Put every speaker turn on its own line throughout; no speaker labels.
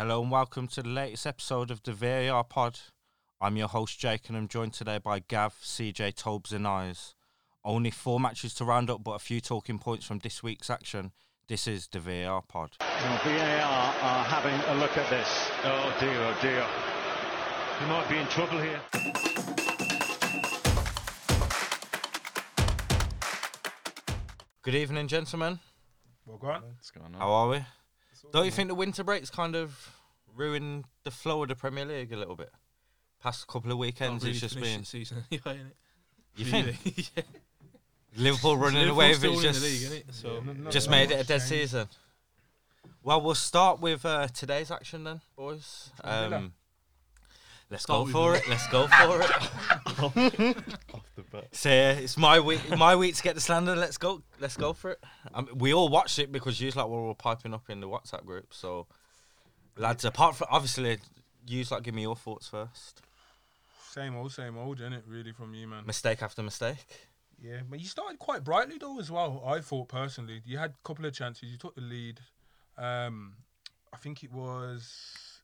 Hello and welcome to the latest episode of the VAR Pod. I'm your host Jake and I'm joined today by Gav, CJ, Tobes and Eyes. Only four matches to round up but a few talking points from this week's action. This is the VAR Pod.
Now, VAR are having a look at this. Oh dear, oh dear. We might be in trouble here.
Good evening gentlemen,
Well, go on.
What's going on?
how are we? Don't you think the winter break's kind of ruined the flow of the Premier League a little bit? Past couple of weekends it's just been...
season. yeah, innit?
You think?
yeah.
Liverpool running
Liverpool's
away with
still
it's
in
just...
the league, innit? So
Yeah, not-
Just
not
made
much
it a dead
change.
season. Well, we'll start with uh, today's action then, boys.
Villa.
Um, let's
Start
go
with
for it. Let's go for it.
off the bat.
So yeah, it's my week. My week to get the slander. Let's go. Let's go for it. Um, we all watched it because you like were all piping up in the WhatsApp group. So, lads, apart from obviously, you like give me your thoughts first.
Same old, same old, isn't it? Really, from you, man.
Mistake after mistake.
Yeah, but you started quite brightly though, as well. I thought personally, you had a couple of chances. You took the lead. Um, I think it was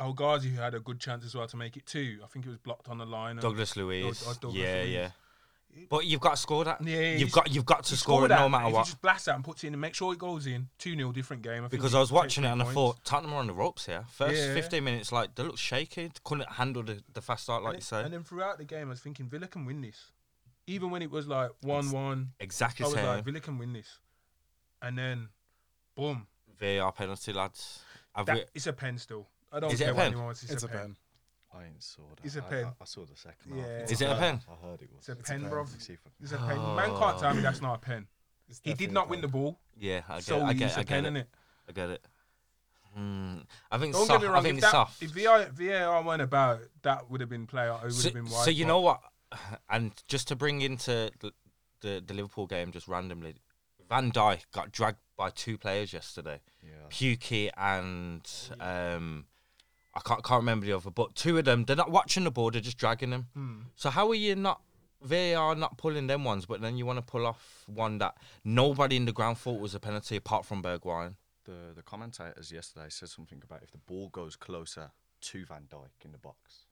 El Ghazi who had a good chance as well to make it two. I think it was blocked on the line. and-
Douglas Louise.
Doug- oh, Douglas
yeah,
Luiz.
yeah. But you've got to score that.
Yeah, yeah,
you've
he's-
got you've got to
He
score it
scored
no
that.
matter
If
what.
He just blasts out and puts it in and make sure it goes in. Two 0 different game. I think
Because
he
I was
takes
watching it
three
and I
points.
thought Tottenham were on the ropes here. First
Yeah.
15 minutes, like they looked shaky, couldn't handle the, the fast start, like
and
you
then-
say.
And then throughout the game, I was thinking Villa can win this, even when it was like one-one. I
exactly
was
same
like, Villa can win this, and then, boom,
VAR penalty, lads. Have
That,
we-
it's a pen still. I don't
Is it
care
a
what
pen?
anyone wants. It's, a, pen.
I ain't saw that.
It's a
I-
pen.
I, I saw the second
Yeah.
half.
Is
it a
I-
pen?
I heard it was.
It's a pen, bruv.
Let's see if I can-
It's a
Oh.
pen. Man can't tell me that's not a pen. He did not win the ball,
yeah, I get,
so
it, I
he
get,
used
it, I
a
get
pen
it.
in it.
I get it. Hmm. I think
Don't
soft.
get me
I
wrong.
think
If,
it's
that,
soft.
if VAR, VAR weren't about, that would have been player. It would
so,
have been wide.
so you
but
know what? And just to bring into the, the, the Liverpool game just randomly, Van Dijk got dragged by two players yesterday.
Yeah.
Pukey and um, I can't can't remember the other, but two of them they're not watching the ball; they're just dragging them. So how are you not? VAR not pulling them ones, but then you want to pull off one that nobody in the ground thought was a penalty apart from Bergwijn.
The the commentators yesterday said something about if the ball goes closer to Van Dijk in the box,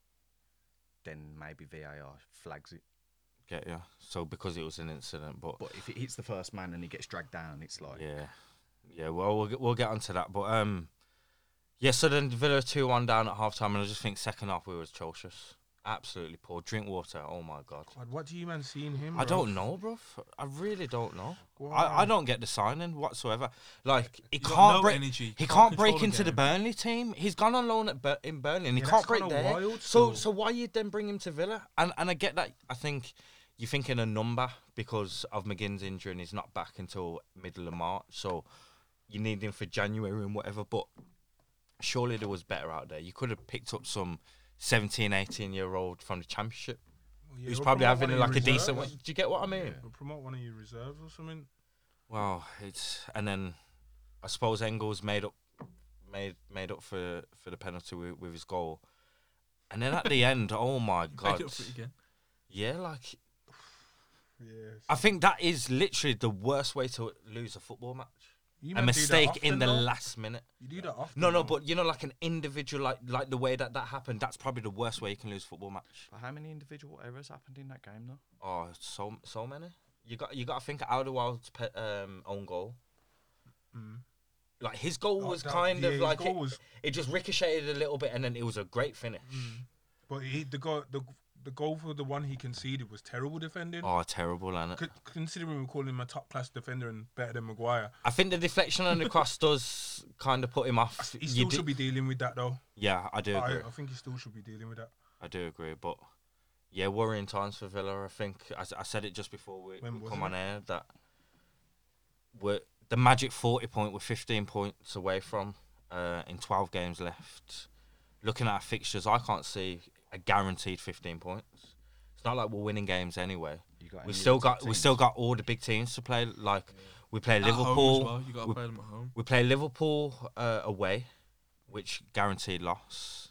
then maybe VAR flags it.
Get yeah. So because it was an incident, but,
But if it hits the first man and he gets dragged down, it's like
yeah, yeah. Well, we'll get, we'll get onto that, but um, yeah. So then Villa two one down at half time, and I just think second half we was atrocious, absolutely poor. Drink water. Oh my god.
God, what do you man see in him?
I
bruv?
don't know, bruv. I really don't know. I, I
Wow.
don't get the signing whatsoever. Like he
got
can't
no
break.
energy,
He
can't
can't
control
break
the
into the
game.
Burnley team. He's gone on loan at Bur- in Burnley. and He
Yeah,
can't
that's
break
kinda
there.
wild
so
still.
so why you then bring him to Villa? And and I get that. I think you're thinking a number because of McGinn's injury and he's not back until middle of March. So you need him for January and whatever. But surely there was better out there. You could have picked up some 17, 18 year old from the Championship
Yeah,
who's
we'll
probably
promote one
having
of your
like a decent one.
reserves.
Do you get what I mean?
We'll promote one of your reserves or something.
Well, it's and then I suppose Engels made up made made up for for the penalty with, with his goal, and then at the end, oh my
Made
god,
up for it again.
yeah, like
Yes.
I think that is literally the worst way to lose a football match.
You
a
man do that
mistake in
often,
the
though.
last minute.
You do that often.
No, no,
though.
but you know, like an individual, like like the way that that happened. That's probably the worst way you can lose a football match.
But how many individual errors happened in that game though?
Oh, so so many. You got you got to think of Alderweireld's pe- um, own goal.
Mm.
Like his goal
Oh,
was
that-
kind
yeah,
of
his
like
goal
it,
was- Mm.
it just ricocheted a little bit, and then it was a great finish.
But he, the goal, the, the goal for the one he conceded was terrible defending.
Oh, terrible, Lannett.
C- considering we're calling him a top class defender and better than Maguire,
I think the deflection on the cross does kind of put him off.
he
You
still
do-
should be Oh, dealing with that though.
yeah, I do
I,
agree.
I think he still should be dealing with that.
I do agree, but yeah, worrying times for Villa. I think I, s- I said it just before we,
When
we
was
come
it?
on air that we're the magic forty point we're fifteen points away from uh, in twelve games left. Looking at our fixtures, I can't see a guaranteed fifteen points. It's not like we're winning games anyway.
You got any
We
of
still
the
got
top
we
teams?
still got all the big teams to play. Like we play
At home
Liverpool,
as well. You got
we-
to play them at home.
we play Liverpool uh, away, which guaranteed loss.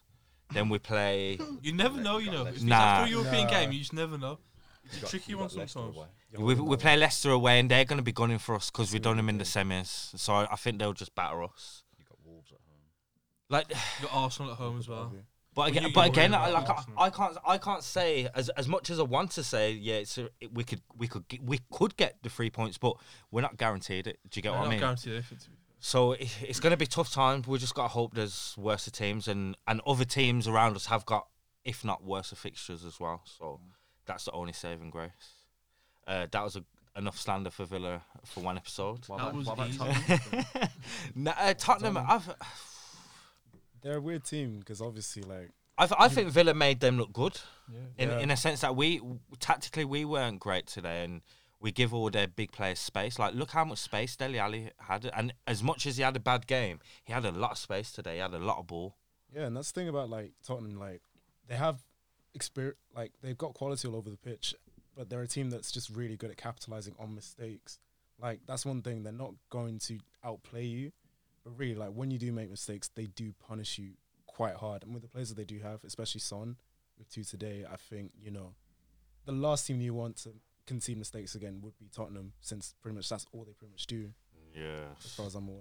Then we play.
You never know, you know.
Oh, got Leicester.
It's nah.
Nah.
a European
Nah.
game. You just never know. It's
You
a
got-
tricky
you
one
got Leicester
sometimes.
away.
We, we play Leicester away, and they're going to be gunning for us because we done them in the semis. So I, I think they'll just batter us.
You got Wolves at home.
Like,
Got Arsenal at home as well.
but again,
you-
but
you're
again,
worried
I,
about
like, I,
Arsenal.
I can't, I can't say as as much as I want to say. Yeah, it's a, it, we could, we could, get, we could get the three points, but we're not guaranteed it. Do you get
They're
what I
not
mean?
guaranteed anything to be
So i- it's going to be tough times. We just got to hope there's worse teams and and other teams around us have got, if not worse, fixtures as well. So
Mm.
that's the only saving grace. Uh, that was a, enough slander for Villa for one episode.
What
That
about,
was
what about
easy.
Tottenham?
Nah, uh, Tottenham, I've,
They're a weird team because obviously, like,
I've, I think Villa made them look good in
Yeah.
in a sense that we tactically we weren't great today and. We give all their big players space. Like, look how much space Deli Ali had, and as much as he had a bad game, he had a lot of space today. He had a lot of ball.
yeah, and that's the thing about like Tottenham. Like, they have experience. Like, they've got quality all over the pitch, but they're a team that's just really good at capitalizing on mistakes. Like, that's one thing. They're not going to outplay you, but really, like, when you do make mistakes, they do punish you quite hard. And with the players that they do have, especially Son, with two today, I think you know, the last team you want to concede mistakes again would be Tottenham, since pretty much that's all they pretty much do,
Yeah.
as far as I'm aware.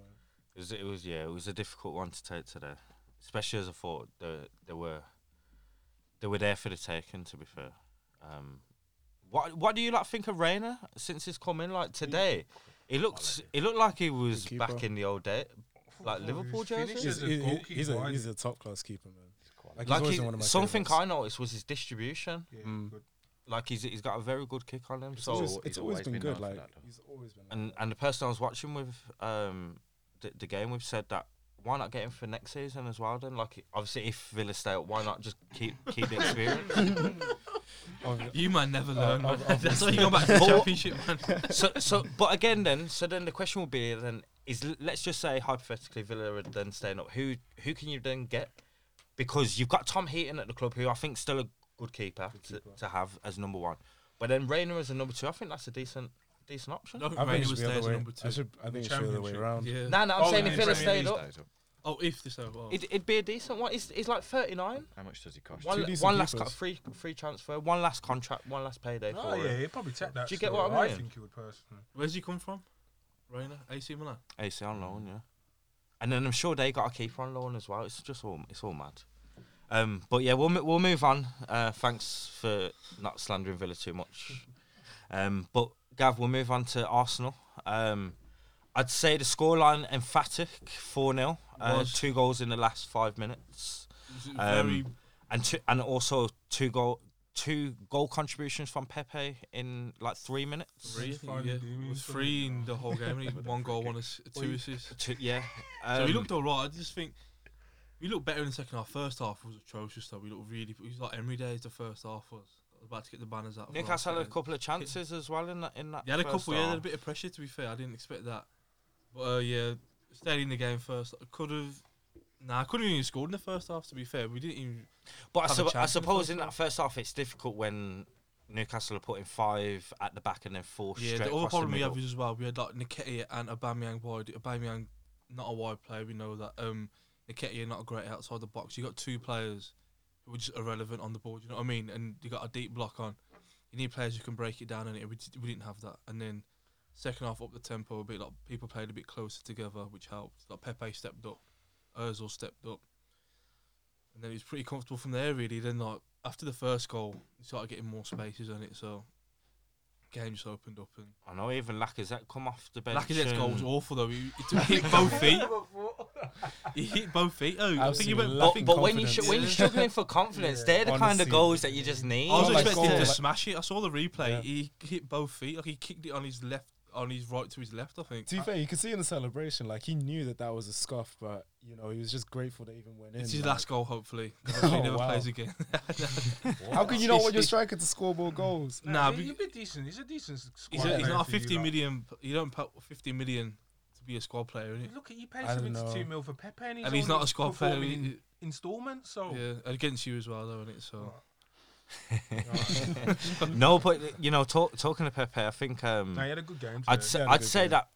It was, it was yeah, it was a difficult one to take today, especially as I thought they they were they were there for the taking. To be fair, um, what what do you like think of Rayner since he's come in? Like today, he looked he looked like he was
Good
back
keeper.
in the old day, like Liverpool jersey.
finishes He's
He's,
a
he's-
goalkeeper,
he's a
isn't
he's
he?
a top class keeper, man. Like, he's
Like
always
he-
been one of my
something
favourites.
I noticed was his distribution.
Yeah,
Mm.
good.
Like he's he's got a very good kick on him.
It's
So
always,
He's
it's
always
always
been
been good.
known for
Like
that, though.
he's always been.
and and the person I was watching with um the, the game with said that why not get him for next season as well? Then like obviously if Villa stay up, why not just keep keep the experience?
Obvi-
You might never
Uh,
learn.
ob-
man. That's why you go back to the
obviously.
championship, man.
so so but again then so then the question will be then is l- let's just say hypothetically Villa are then staying up who who can you then get because you've got Tom Heaton at the club who I think still a good keeper, To, to have as number one but then Rayner as a number two I think that's a decent decent option.
No,
I think
Rainey
it should
was
be the
there
other
as
way.
number two.
I should. I think it should be the other way
Championship.
around.
yeah.
No, no, I'm
Oh,
saying
yeah,
if Villa
Premier
stayed
League
up,
Stays up.
Oh, if this over.
it, it'd be a decent one. It's, it's like 39.
How much does it cost?
One,
Two decent
one last cut,
keepers.
free free transfer, one last contract, one last payday
Oh
for
yeah,
him.
he'd probably take that.
Do you get
still.
what I
I
mean?
think he would personally.
Where's he come from? Reina, AC Milan.
AC on loan, yeah. And then I'm sure they got a keeper on loan as well. It's just all it's all mad. Um, but yeah, we'll mo- we'll move on. Uh, thanks for not slandering Villa too much. Um, but Gav, we'll move on to Arsenal. Um, I'd say the scoreline emphatic four 0 uh,
Was.
two goals in the last five minutes,
He's
Um,
very
and two, and also two goal two goal contributions from Pepe in like three minutes.
free. I think,
fine,
yeah.
do you
He was
mean?
free in the whole game. He had one goal, one ass- two assists.
Two, yeah.
So he
Um,
looked alright. I just think we looked better in the second half. First half was atrocious though. We looked really. He was like Emery days. The first half was. I was about to get the banners out. for
Newcastle had a
Arsenal.
couple of chances as well in that. In that
They had a
first
couple. Yeah, they had a
half.
bit of pressure. To be fair, I didn't expect that. But uh, yeah, stayed in the game first. Could have. Nah, I couldn't even scored in the first half. To be fair, we didn't even.
But I,
have a
sup- I
chance in the
suppose
first
in that
half.
first half, it's difficult when Newcastle are putting five at the back and then four
Yeah,
straight
the other
across the
problem we
middle.
have is as well. We had like Nketiah and Aubameyang wide. Aubameyang, not a wide player. We know that. Um, Nketiah not a great outside the box. You got two players who are just irrelevant on the board. You know what I mean? And you got a deep block on. You need players who can break it down, and it, we, d- we didn't have that. And then second half up the tempo a bit. Like people played a bit closer together, which helped. Like Pepe stepped up, Özil stepped up, and then it was pretty comfortable from there. Really, then like after the first goal, you started getting more spaces on it. So game just opened up and.
I know even Lacazette come off the bench.
Lacazette's goal was
um,
and-
awful though. He, he hit both feet. he hit both feet. Oh, I think he went. I,
Absolutely
But,
think,
but when you
Confidence.
when you're struggling for confidence, they're the kind of
Honestly.
goals that you just need. Oh
I was
like
expecting him
goal,
to
like-
smash it. I saw the replay.
Yeah.
He hit both feet. Like he kicked it on his left, on his right to his left. I think.
To be fair, you could see in the celebration, like he knew that that was a scuff, but you know he was just grateful they even went in.
It's his
like,
last goal, hopefully. Hopefully, he
Oh,
never
wow.
plays again.
How can you not want your striker to score more goals?
nah,
he-
be-
he'd be decent. He's a decent squad.
he's, a, he's
player
not a
for you
50
lot.
million. You don't pay 50 million to be a squad player, innit?
Look, he paid
I
him
don't
into
know.
two mil for Pepe, and he's,
And he's
only
not a squad player.
performing
he-
in installments. So
yeah, against you as well, though, innit? So.
no, but you know, talk, talking to Pepe, I think um,
no, he had a good game. Today.
I'd say,
Yeah,
I'd
good
say
game.
that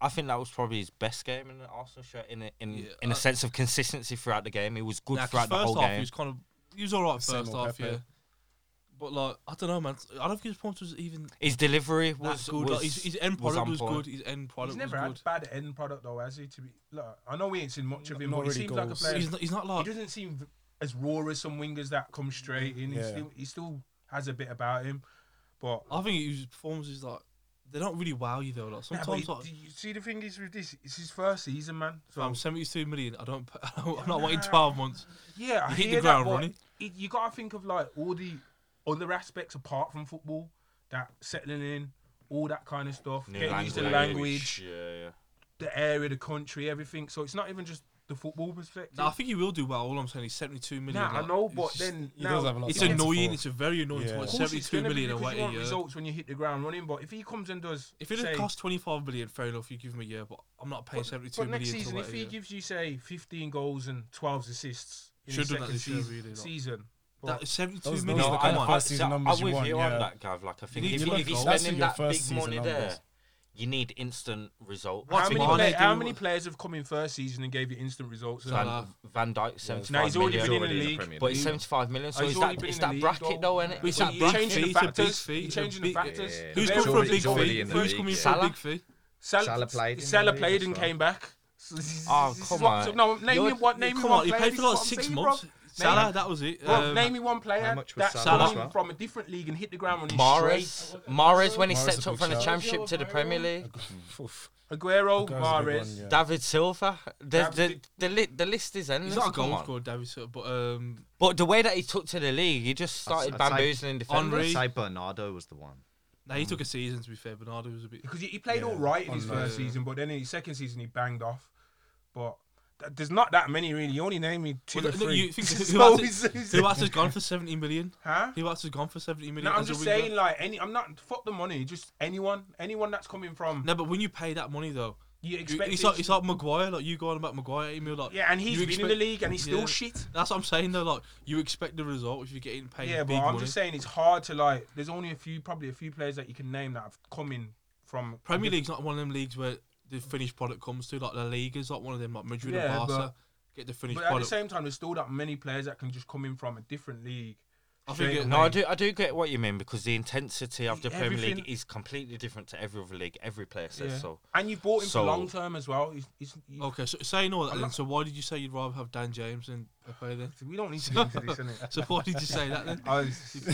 I think that was probably his best game in the Arsenal shirt in a, in
Yeah,
in a
I-
sense of consistency throughout the game. He was good
Nah, 'cause
throughout the
first
whole
half
game.
he was kind of he was all right
Same
first
old
half,
Pepe.
yeah. But like, I don't know, man. I don't think his performance was even
His delivery
that
was
good.
Was,
like, his, his end
was
product
on
was,
point.
good. His end
he's
product was
never had
good.
bad end product though, has he? To be, look, I know we ain't seen much of him, but
Not
he
really
seems like a
goals.
player.
He's not, he's not
he
like
doesn't seem v- as raw as some wingers that come straight in. He
Yeah.
still he still has a bit about him, but.
I think his performance is like they don't really wow you though. Like
Nah, but
sometimes
he-
like
do you see the thing is with this, it's his first season, man. So
I'm 72 million. I don't. p- I don't I'm not waiting
Nah.
12 months.
yeah, I
hit the
hear
ground
that, but
running.
It, you gotta think of like all the other aspects apart from football, that settling in, all that kind of stuff,
New
getting
language.
used to the language,
Yeah, yeah.
the area, the country, everything. So it's not even just the football perspective.
Nah, I think he will do well. All I'm saying is 72 million.
Nah, I
like,
know,
it's
but
just-
then
He
now
does have a lot.
it's
to answer
annoying.
for.
It's a very annoying.
Yeah.
to watch
Of
Of course it's
72
gonna be
million
because
away
you
a
want
year.
results when you hit the ground running. But if he comes and does,
If it
say,
had cost 25 million, fair enough. You give him a year, but I'm not paying
but,
72
but
million
next season,
to
if
wait a
he
year.
gives you say 15 goals and 12 assists in
Should
his
do that
second
this year,
season,
really, like-
season
That is 72
Those-
million.
those
like,
are
come
the kind
on.
of first season numbers
I'm
you
with
want,
you
yeah.
on that, Gav. Like, I think
need
if,
to
you,
look
if
at
you're
goals.
spending
That's
that
your
big
first
money
season
there,
numbers.
you need instant results.
How
how
That's
many,
what
play,
Mane
how
do.
many players have come in first season and gave you instant results?
Van, Van Dijk, 75
Now he's already
million.
been in the
Already in the
league.
Premier
But it's 75 million, so
he's
is
already
that,
been
it's
in the
that
league,
bracket
though.
though, isn't it?
But it's
that
a
You're
big
bracket.
fee,
changing the
it's a big
factors.
fee,
You're changing the factors.
it's a big-
Yeah.
Who's
It's
coming for a
already-
big
it's already
fee?
in the
Who's
league,
coming
yeah.
for a
Salah?
big fee?
Salah
Salah played
played.
in
Salah
the league
played
as
and
well.
came back.
Oh,
This is
come
what-
on.
No, name me
You're-
one. Name me
Come
one
on, he
player.
played
This
for
is
like
what I'm
six
saying,
months.
bruv.
Salah, that was it.
Bro,
Um,
name me one player
much was
that
Salah
as
came
well?
from a different league and hit the ground running straight.
Mares, Mares when he
Mahrez is
stepped
a
up
big
from the
shout.
championship to the Premier League.
Oof.
Aguero,
That was a big
Mares.
one, yeah.
David Silva, the, the,
David-
the, li- the list is endless.
He's not a
come
goal
on.
scorer, David Silva, but um,
But the way that he took to the league, he just started
I'd say
bamboozling
Henry.
defenders.
I'd say Bernardo was the one.
nah, he took a season. To be fair, Bernardo was a bit.
because he, he played
Yeah,
all right in his
on
first
the-
season, but then in his second season he banged off. But th- there's not that many really. You only name me two
Well,
or
look,
three.
you think who
So
else
it's-
is-
it's-
Who else has gone for 70 million?
huh?
Who else has gone for 70 million?
No, I'm
as a
just
winger?
saying like any. I'm not fuck the money. Just anyone, anyone that's coming from.
No, but when you pay that money though,
You
you-
expect
it's
it-
like it's like Maguire. Like you go on about Maguire, Emil. Like
yeah, and he's
you
been in the
expect-
league and he's still
Yeah.
shit.
That's what I'm saying though. Like you expect the result if you're getting paid.
Yeah, but
big
I'm
money.
just saying it's hard to like. There's only a few, probably a few players that you can name that have come in from
Premier League's not one of them leagues where the finished product comes to. Like La Liga's not one of them. Like Madrid and
Yeah,
Barca
but-
get the finished
But at the
product.
same time, there's still that many players that can just come in from a different league.
I think
straight
it-
No, I
away.
do, I do get what you mean because the intensity of the Premier League
Everything-
is completely different to every other league. Every player says
Yeah.
so.
And you bought him
So-
for long term as well. It's, it's,
Okay, so saying all that,
I'm
then,
not-
so why did you say you'd rather have Dan James than Pepe then?
We don't need to get into this, innit?
So why did you say that then?
I was,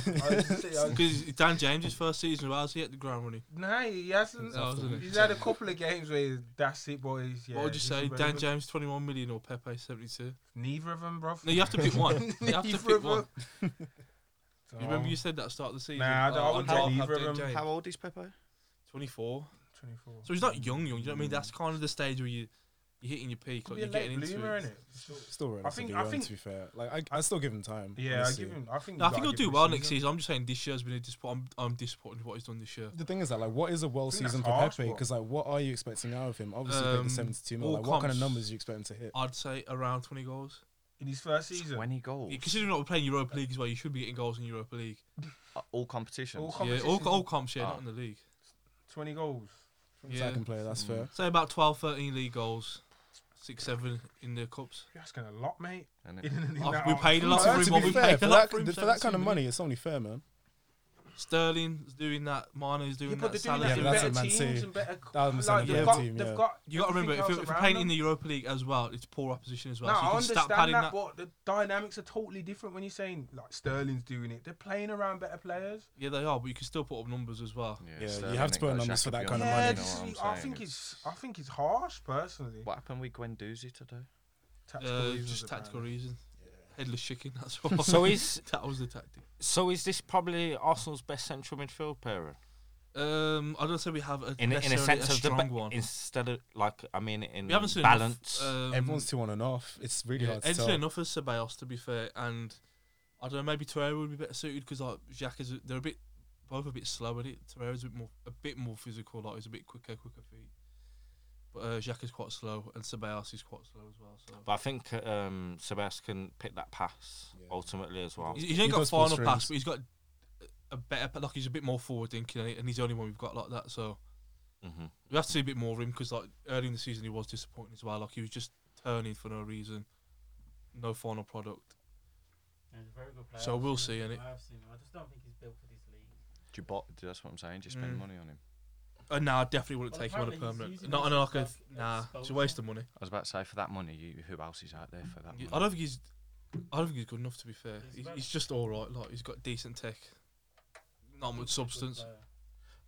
I was, just- I was,
Because Dan James' his first season, well, he at the ground running?
nah, he hasn't.
That was an
He's had a couple of games where that's it, boys. Yeah,
what would you
he's
say, Dan
irrelevant.
James 21 million or Pepe 72?
Neither of them, bro.
No, you have to pick one. You have to
Neither
pick
of
one.
'em.
You remember you said that at the start of the season?
Oh.
oh,
Nah, I don't- I
I'd
wouldn't
rather
say
have
neither of
Dan
'em.
James.
How old is Pepe?
24.
24.
So he's not young, young. You know what I mean? That's kind of the stage where you you're hitting your peak, like
Be a
you're getting
late
into
bloomer,
it.
innit?
Still relatively
I
young,
think-
to be fair. Like, I, I still give him time.
Yeah,
honestly.
I give him. I think.
No, I
you gotta
think he'll
give
do
him a
well next
season.
season. I'm just saying this year's been a disappointment. I'm, I'm disappointed with what he's done this year.
The thing is that, like, what is a well
think that's
season for
harsh,
Pepe?
but-
Because, like, what are you expecting out of him? Obviously, he played
Um,
the 72 mil.
all
Like, what kind
comps.
of numbers do you expect him to hit?
I'd say around 20 goals.
In his first season.
Twenty goals.
Yeah, considering that we're playing Europa League as well, you should be getting goals in Europa League.
Uh, All competitions.
All
Yeah,
competitions,
all, all comps, yeah,
Ah.
not in the league.
20 goals.
Yeah.
Second player,
Mm.
that's fair.
Say about 12, 13 league goals, 6, 7 in the Cups.
You're asking a lot, mate.
innit?
In- in
Oh,
that
we paid a lot
outfield.
for him,
To, to
what
be
we
fair,
paid
for
a
that,
lot for him,
for that
72
kind of
million.
money, it's only fair, man.
Sterling's doing that, Mano's doing
Yeah, but
that,
they're doing
Salah's
that in
doing
Yeah,
that.
that's
better
a Man
teams
City.
and better.
That was a
like,
Man
they've
City
got,
team,
they've
yeah.
got.
you got to remember, if
everything
you're,
else
if you're
around
playing
them.
in the Europa League as well, it's poor opposition as well.
No,
so you
I
can start
understand
padding
that,
that.
but the dynamics are totally different when you're saying like Sterling's doing it. They're playing around better players.
Yeah, they are, but you can still put up numbers as well.
Yeah, you
Sterling
have to
ain't
put
got
a
a
numbers
shack
for
of
that
your
kind of
own,
yeah,
money.
you know
this
what
is,
I'm
I
saying?
think it's, I think it's harsh personally.
What happened with Gwendouzi today?
Tactical
Uh,
reasons
just
apparently.
tactical reason. Headless chicken, that's what.
So is-
that was the tactic.
So is this probably Arsenal's best central midfield pairing
Um, I don't say we have a
in a- in a sense
necessarily a
of the
strong
ba-
one.
instead of like I mean in
we haven't seen
balance.
Enough, um,
Everyone's two on and off. It's really
yeah,
hard to
Ed's seen
tell.
enough as Ceballos to be fair, and I don't know. Maybe Torreira would be better suited because like Jack is they're a bit both a bit slow at it. Torreira's a bit more a bit more physical, like he's a bit quicker, quicker feet. But uh, Jack is quite slow, and Ceballos is quite slow as well. So
but I think uh, um, Sebastian picked that pass ultimately as well.
he's, he's only
He
got
does pull
final pass,
strings.
but he's got a better pa- like he's a bit more forward thinking, and he- and he's the only one we've got like that. So
Mhm.
we have to see a bit more of him because like early in the season he was disappointing as well. Like he was just turning for no reason, no final product.
Yeah.
he's a very good player.
So
I've
we'll
seen
see,
him.
innit?
I have seen him. I just don't think he's built for this league.
Do you bought, that's what I'm saying. Do you spend
Mm.
money on him?
Uh, nah, I definitely wouldn't
Well,
take him on a
apparently he's
permanent.
using
Not on
him
like a
as a-
nah.
as a
It's a waste
spokesman.
of money.
I was about to say for that money, you, who else is out there for that?
You- I
money?
don't think he's. I don't think he's good enough. To be fair,
He's
he's,
very-
he's just all right. Like he's got decent tech, not much
He's a good
substance.
player.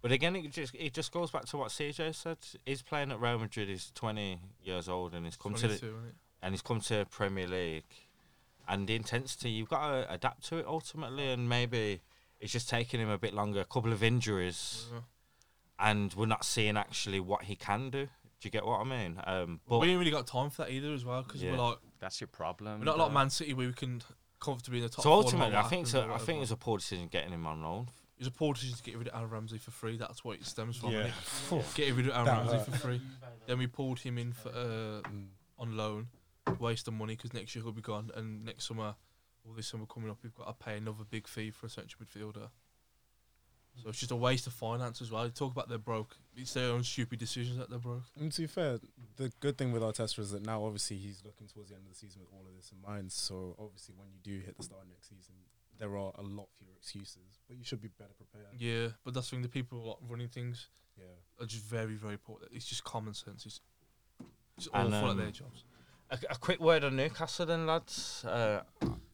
But again, it just it just goes back to what CJ said. He's playing at Real Madrid. He's twenty years old, and he's come to the,
22, innit?
and he's come to Premier League, and the intensity you've got to adapt to it ultimately, and maybe it's just taking him a bit longer. A couple of injuries,
Yeah.
and we're not seeing actually what he can do. Do you get what I mean? Um, but
we ain't really got time for that either, as well, because
Yeah.
we're like
That's your problem.
we're not like
though.
Man City where we can comfortably in the top.
so
four no
ultimately,
matter
I
what
think
happens
so.
or
I think it
whatever.
was a poor decision getting him on loan.
It was a poor decision to get rid of Aaron Ramsey for free. That's what it stems from.
Yeah.
innit? Get rid of Aaron
That
Ramsey
hurt.
for free.
Juve, though.
Then we pulled him in for uh,
Mm.
on loan, waste of money because next year he'll be gone, and next summer, all this summer coming up, we've got to pay another big fee for a central midfielder. So it's just a waste of finance as well. You talk about they're broke. It's their own stupid decisions that they're broke.
And to be fair, the good thing with Arteta is that now obviously he's looking towards the end of the season with all of this in mind. So obviously, when you do hit the start of next season, there are a lot fewer excuses, but you should be better prepared.
Yeah, but that's the thing. The people who are like, running things
Yeah.
are just very, very poor. It's just common sense. It's, it's
And,
awful
um,
at their jobs.
A, a quick word on Newcastle, then lads. Uh,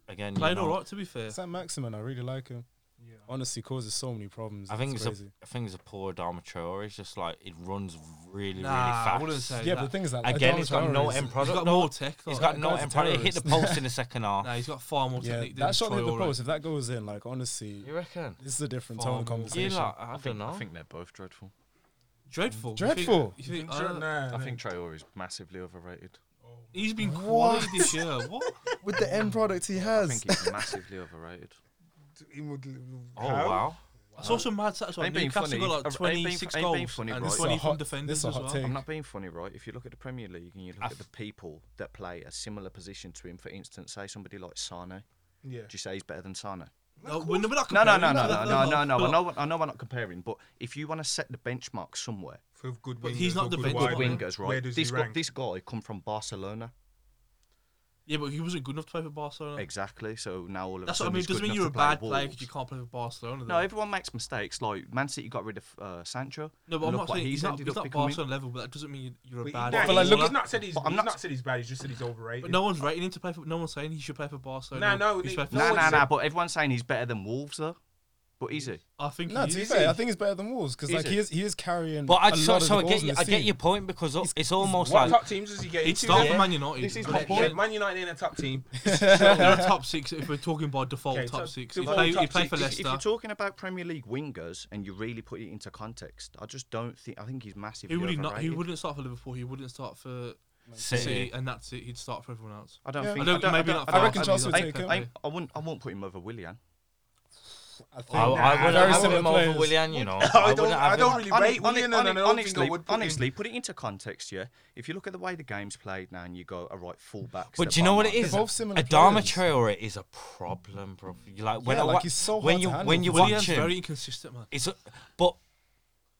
again, you
Played
know,
all right, to be fair.
Sam Maximin, I really like him.
Yeah.
Honestly, causes so many problems.
I think
it's
it's a-
crazy.
I think it's a poor Adama Traore. He's just like it runs really, really
Nah, I
fast.
wouldn't say
yeah,
that-
but the thing is that
Again,
Adama
he's got no
Traore is-
end
He's
product.
got
no,
more tech.
he's
like,
got
that
no
guy's a
end product. He hit the
terrorist.
post in the second half.
Nah, he's got far more
Yeah,
technique than
that shot near the
Traore.
post. If that goes in, like honestly,
You reckon?
this is a different
Far
tone
more.
of
You
conversation.
lot, I,
I think,
don't know.
I think they're both dreadful.
Dreadful. You
Dreadful.
think- you think-
Sure,
uh,
nah,
I
nah.
think Traore is massively overrated.
He's been quality this year. What?
With the end product he
I
has,
think he's massively overrated.
He would-
oh
how?
wow.
I saw some mad stats on
Ain't being
Newcastle
funny.
got
Ain't
like
being-
26
ain't
goals
being funny,
and
right? This is a
20
hot-
from defenders
this is a
as
hot
well.
take.
I'm not being funny, right? If you look at the Premier League and you look
I
at the people that play a similar position to him, for instance, say somebody like Sane,
Yeah.
do you say he's better than Sane?
No, we're not- we're not
No, no, no,
comparing
no,
that,
no,
that, that,
no, no,
that,
no. I
but-
know, I know, we're not comparing, but if you want to set the benchmark somewhere,
For good
But he's
wingers,
not
for
the
good
best
good
Why?
winger.
wingers, right?
Where does
this
he
guy,
rank?
this guy come from Barcelona,
Yeah, but he wasn't good enough to play for Barcelona.
exactly. So now all of
That's
a
what I
sudden
mean.
he's
Doesn't
good
mean
enough
you're a
to play
bad player
Wolves.
because you can't play for Barcelona.
No,
though.
everyone makes mistakes. Like Man City got rid of uh, Sancho.
no, but I'm
Look
not
what
saying he's not,
ended
he's
up
not
becoming.
Barcelona level, but that doesn't mean you're a
But,
bad.
nah,
player.
like,
he's,
look
he's
at-
not said he's,
but I'm
he's
not-
not said he's bad. He's just said he's overrated.
But no one's rating him to play for. No one's saying he should play for Barcelona.
Nah, no,
He should
they-
play for
No
No,
one
no,
Barcelona.
no.
said-
But everyone's saying he's better than Wolves, though. But is he?
I think
No,
he
to be
is.
fair, I think he's better than Wolves because
Is
like
he?
he is, he is carrying.
But I
a
so,
lot
so I
of the goals
get
in
you,
this
I get
team.
your point because o- it's almost like
What top teams does he get
He'd
into?
start
yeah?
for Man United.
This is
but
my
he-
Yeah,
point.
Man United ain't a top team.
They're a top six if we're talking by default
Okay,
top
top-
six. He
default
play,
top
he play
six.
for
If, if you're
Leicester.
talking about Premier League wingers and you really put it into context, I just don't think. I think he's massively
He would not. He
overrated.
wouldn't start for Liverpool. He wouldn't start for
City.
City, and that's it. He'd start for everyone else.
I don't
Yeah.
think.
I don't- maybe not
I,
for
don't-
Arsenal,
I,
but
I,
I think-
I, I, I wouldn't. I won't put him over Willian.
I think
I, I wouldn't
very
have
similar
him over
players.
Willian, you know.
I
wouldn't
don't.
have
I
him-
don't really
Hone-
rate
hone-
Willian, and I don't think I
honestly,
would put him-
honestly, put it into context, yeah. If you look at the way the game's played now, and you go, all right, full back.
But do you know what it is?
They're both similar
Adama
players.
Traore is a problem, bro. You like when
Yeah,
I
like,
wa-
he's so
when
hard to
you
handle.
when you
Willian's
watch him,
very inconsistent, man.
It's a, but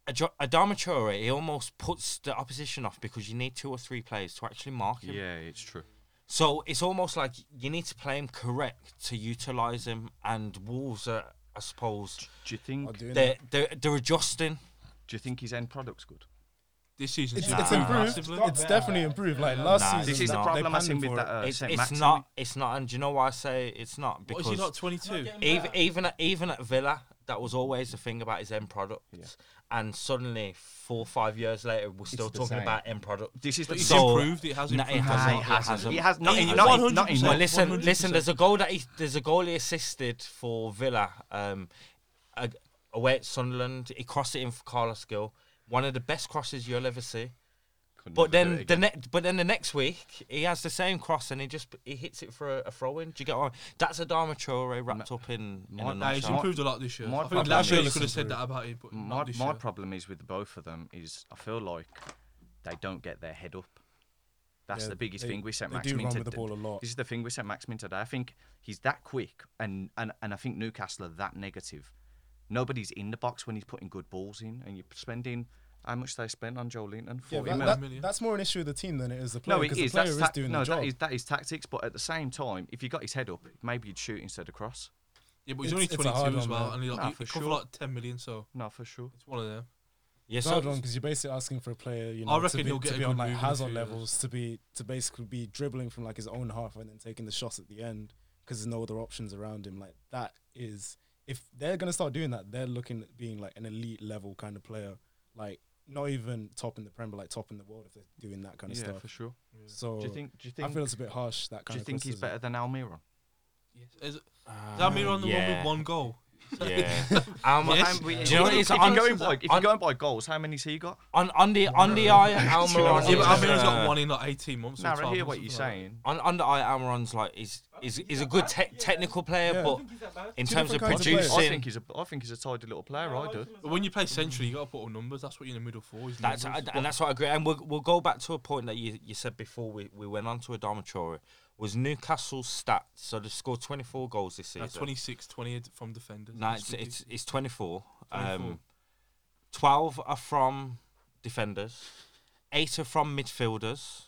Ad- Adama Traore, he almost puts the opposition off because you need two or three players to actually mark him.
Yeah, it's true.
So it's almost like you need to play him correct to utilize him. And Wolves are, I suppose,
Do you think?
Are
Do
doing
they're
that.
they're, they're adjusting.
you think his end product's good?
This season,
It's,
he's
it's
improved
improved.
massively.
It's definitely improved. Like last
Nah,
season,
This is the
they
problem I
panned
think
him
with
for
that. Uh,
it's
Saint
it's
Maximin.
not it's not. And do you know why I say it's not
What
because
is he like? Twenty-two.
uh,
even even at, even at Villa, that was always the thing about his end product.
Yeah.
And suddenly, four five years later, we're still
the
talking
same.
about end product.
This is the
But he's
So-
improved. It has
No,
improved.
it hasn't. It
hasn't.
hasn't.
He has not.
He-
in- not in- not
100%.
in-
No, listen,
100%.
listen. There's a goal that he, there's a goal he assisted for Villa um, a- away at Sunderland. He crossed it in for Carlos Gill. One of the best crosses you'll ever see.
Couldn't
But
ever do
then
it
the
again.
next, but then the next week he has the same cross and he just he hits it for a, a throw in. Do you get what? I mean? That's a Dharma Traore wrapped up in. in
my-
a
Nah, he's
nutshell.
improved a lot this year.
My
I think
problem
last year you
is-
could have said that about him, but
my,
not this
my
year.
problem is with both of them is I feel like they don't get their head up. That's
Yeah,
the biggest
they-
thing we sent
they
Maximin
do run with the
to-
ball a lot.
This is the thing we sent Maximin today. I think he's that quick, and, and, and I think Newcastle are that negative. Nobody's in the box when he's putting good balls in, and you're spending How much they spent on Joe Linton?
Yeah,
40
that,
mil.
that-
million.
that's more an issue of the team than it is the player
No, it
because the
is.
player
That's
is
ta-
doing
no,
the job.
that is that is tactics. But at the same time, if you got his head up, maybe you'd shoot instead of cross.
Yeah, but he's
It's-
only
it's a
22
hard
as
one,
well,
man.
and he,
Nah,
like,
for
he covered
sure.
like 10 million, so
No, for sure.
it's one of them.
Yeah,
It's
so
hard one because you're basically asking for a player, you
I
know,
reckon
to be,
he'll get
to
a
be
good
on like
move in a
Hazard
few
levels, to be to basically be dribbling from like his own half and then taking the shots at the end because there's no other options around him. Like that is if they're gonna start doing that, they're looking at being like an elite level kind of player, like not even top in the Prem, but like top in the world if they're doing that kind of
yeah,
stuff.
for sure.
So
Do you think? Do you
I
think?
feel it's a bit harsh.
do
That kind
you
of
think he's
criticism.
better than Almiron?
Yes. Is, is Amir on the one
Ah, yeah.
with one goal?
yeah. How much-
Yes.
Do
Well,
you know what
if
it is?
you're
On,
going by, if you're
on-
going by goals, how many's he got?
on, on the on the eye, Almiron.
Yeah, but
is,
Amir's
uh,
got one in like 18 months.
Now
or 12
I hear
months,
what you're
something like that.
saying.
On, on the eye, Almiron's like is is is a good te- technical player,
Yeah.
but
think he's that bad.
in
Two
terms of
different kinds of players.
I
producing,
think he's a, I think he's a tidy little player. I do.
But when you play central, you got to put on numbers. That's what you're in the middle for. Is
That's
numbers.
and that's what I agree. And we'll we'll go back to a point that you, you said before we, we went on to a dormitory was Newcastle's stats. So they scored twenty four goals this season.
That's 26, 20 from defenders.
No,
That's
it's
ridiculous.
it's, it's twenty four.
24.
Um, twelve are from defenders, eight are from midfielders,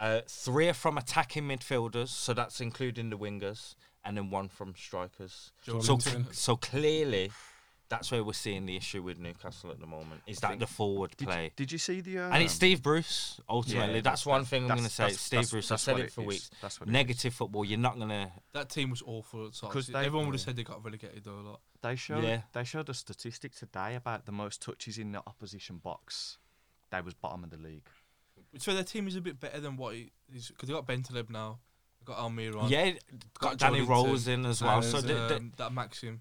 uh, three are from attacking midfielders. So that's including the wingers, and then one from strikers.
Joe
so
Linton.
cl- so clearly. That's where we're seeing the issue with Newcastle at the moment. Is that the forward
Did,
play?
you- did you see the? Um,
And it's Steve Bruce, ultimately.
yeah,
that's one
that-
thing I'm
that's-
going to say.
that's-
It's Steve
that's-
Bruce. I
that's
said
what
it for
is.
weeks.
That's what it is.
Negative football. You're not going to.
That team was awful at times.
'Cause they-
Everyone would have said they got relegated though. Like,
They showed
Yeah.
they showed a statistic today about the most touches in the opposition box. They was bottom of the league.
so their team is a bit better than what it is because they got Bentaleb now, they got Almiron,
Yeah, it- got Danny
Jolinton,
Rolls in as well.
and,
So they, they,
um, that Maxim.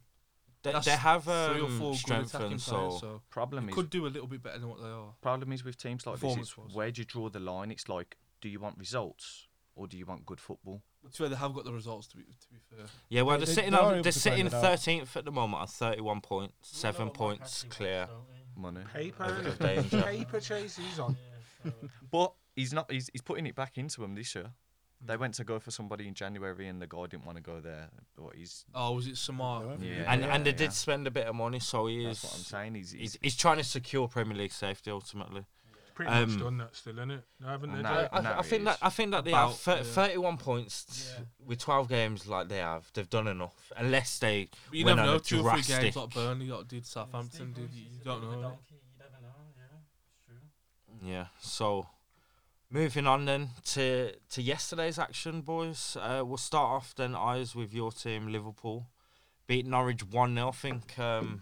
they,
That's
they have
three
um,
or four good attacking
strengthened.
players,
So
so
Problem
they
is
could do a little bit better than what they are.
problem is with teams like this is
Performance-wise.
where do you draw the line? It's like, do you want results or do you want good football?
But to be fair, they have got the results to be to be fair.
yeah, well,
They-
they're
they-
sitting
they are
on,
able
they're
to find
sitting
it out.
13th at the moment, at 31 points, seven points clear.
Money.
Of
Paper,
danger.
paper chase he's on.
uh,
But he's not he's, he's putting it back into them this year. They went to go for somebody in January and the guy didn't want to go there. But he's
Oh, was it Samar?
yeah,
And
yeah,
and they
yeah.
did spend a bit of money, so he
That's what I'm
is.
saying. He's, he's,
He's, he's trying to secure Premier League safety ultimately.
Pretty
Um,
much done that still, isn't it? Haven't they?
No,
Jack?
I, I,
no,
I think
it
that
Uh, is.
I think that they
About,
have thir-
yeah.
31 points with 12 games like they have. They've done enough, unless they
But you
went
never
on
know.
a
Two or three games
drastic-
like Burnley, like did Southampton, did you, don't know. innit?
Yeah. So moving on then to to yesterday's action, boys. Uh, we'll start off then eyes with your team, Liverpool. Beat Norwich one 0 I think um,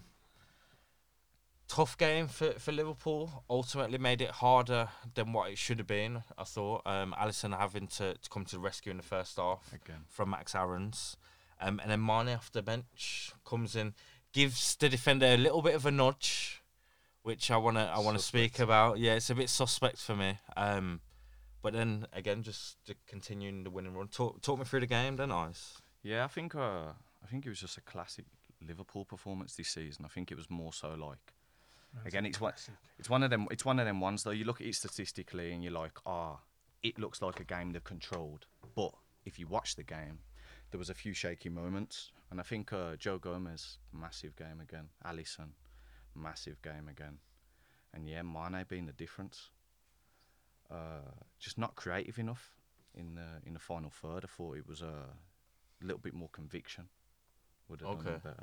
tough game for, for Liverpool. Ultimately made it harder than what it should have been, I thought. Um Allison having to, to come to the rescue in the first half
again.
from Max Aaron's. Um, and then Mane off the bench comes in, gives the defender a little bit of a nudge, which I wanna I wanna speak about. Yeah, it's a bit suspect for me. Um, but then again, just to continuing the winning run. Talk talk me through the game, then, Ice.
Yeah, I think uh, I think it was just a classic Liverpool performance this season. I think it was more so like again, it's one it's one of them it's one of them ones though. You look at it statistically and you're like, ah, it looks like a game they've controlled. But if you watch the game, there was a few shaky moments, and I think uh, Joe Gomez massive game again, Allison massive game again, and yeah, Mane being the difference. Uh, just not creative enough in the in the final third. I thought it was a little bit more conviction. Would have done
Okay.
better,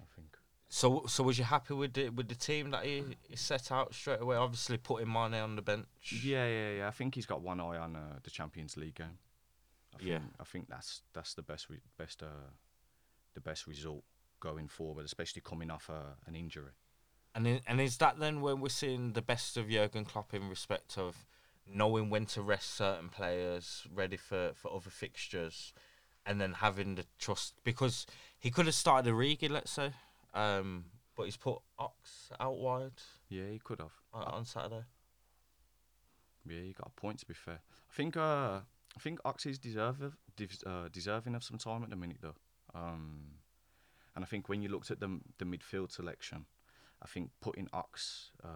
I think.
So so was you happy with the with the team that he, he set out straight away? Obviously putting Mane on the bench.
Yeah, yeah, yeah. I think he's got one eye on uh, the Champions League game. I think,
Yeah.
I think that's that's the best re- best uh, the best result going forward, especially coming off uh, an injury.
And i- and is that then when we're seeing the best of Jurgen Klopp in respect of knowing when to rest certain players, ready for, for other fixtures, and then having the trust because he could have started Origi, let's say, um, but he's put Ox out wide
Yeah, he could have.
on, on Saturday.
Yeah, you got a point. To be fair, I think uh, I think Ox is deserve of, des- uh, deserving of some time at the minute though. Um, and I think when you looked at the m- the midfield selection, I think putting Ox uh,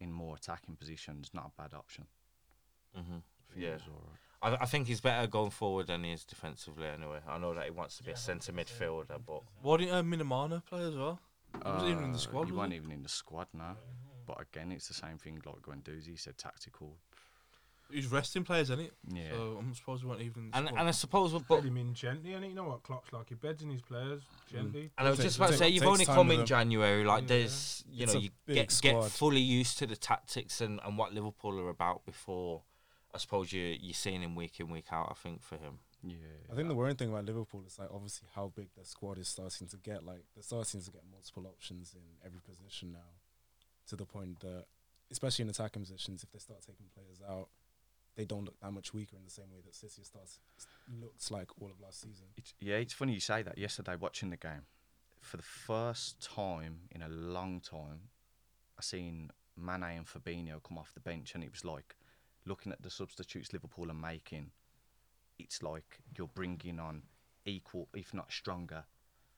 in more attacking positions not a bad option.
hmm
I think it
Yeah.
was alright.
I, I think he's better going forward than he is defensively. Anyway, I know that he wants to be a centre midfielder, but
Why didn't uh, Minamana play as well? He wasn't even in the
Uh,
squad,
He
was
wasn't
he?
even in the squad, no. But again, it's the same thing like Guendouzi said tactical.
He's resting players, isn't it?
Yeah.
So I'm surprised we weren't even. in the
And
squad.
and I suppose, we're-
Put
but
him in gently, and you know what Klopp's like. He beds in his players
Mm.
gently.
And I was
Takes-
just about to
takes-
say, you've
takes
only
time
come
with
in
them.
January. Like,
Yeah.
there's, you
It's
know,
a
you
big
get get
squad.
fully used to the tactics and, and what Liverpool are about before. I suppose you you're seeing him week in week out. I think for him,
yeah.
I think the worrying thing about Liverpool is like obviously how big their squad is starting to get. Like they're starting to get multiple options in every position now, to the point that, especially in attacking positions, if they start taking players out, they don't look that much weaker in the same way that City starts looks like all of last season.
It's, yeah, it's funny you say that. Yesterday, watching the game, for the first time in a long time, I seen Mane and Fabinho come off the bench, and it was like looking at the substitutes Liverpool are making. It's like you're bringing on equal, if not stronger,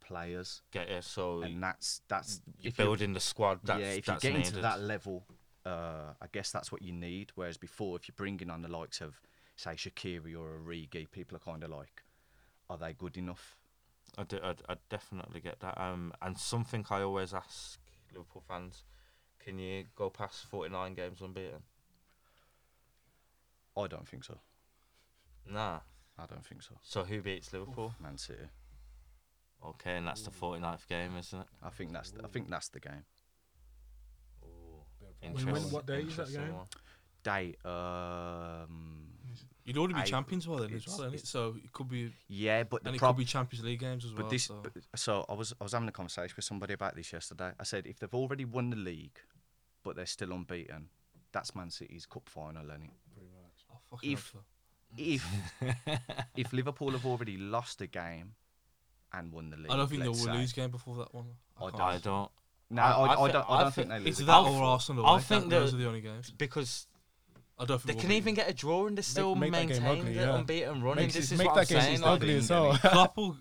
players,
get it. So
and that's that's
you're
if you're-
building the squad. That's,
yeah, if you're
that's
getting
needed.
to that level, uh, I guess that's what you need. Whereas before, if you're bringing on the likes of, say, Shakiri or Origi, people are kind of like, are they good enough?
I, do, I, I definitely get that. Um, and something I always ask Liverpool fans: Can you go past 49 games unbeaten?
I don't think so.
Nah.
I don't think so.
So who beats Liverpool?
Man City.
Okay, and that's the 49th game, isn't it?
I think that's the, I think that's the game.
Interesting.
what day is that
interesting
game?
one.
Day. Um,
You'd already be
I-
champions by then as
it's-
well, isn't it?
it's-
So it could be,
yeah, but the
and it
prob-
could be Champions League games as
But
well.
this,
so.
but, so I was I was having a conversation with somebody about this yesterday. I said if they've already won the league, but they're still unbeaten, that's Man City's cup final, is
Pretty much.
I fucking hope
if-
so.
if if Liverpool have already lost a game and won the league,
I don't think they'll
let's say-
lose game before that one.
I
can't-
I don't.
No,
I-
I, I,
I thi-
don't. I,
I
don't
thi-
think they lose.
It's
a
that
game.
or Arsenal.
I
I think
think
those
that-
are the only games.
because
I don't think
they
we'll
can
be-
even get a draw and they still
make that game
maintain
ugly,
their
yeah.
unbeaten run.
Make,
and this
it-
is
make
what
that
I'm
game
saying.
just
like,
ugly as
I
hell.
Klopp will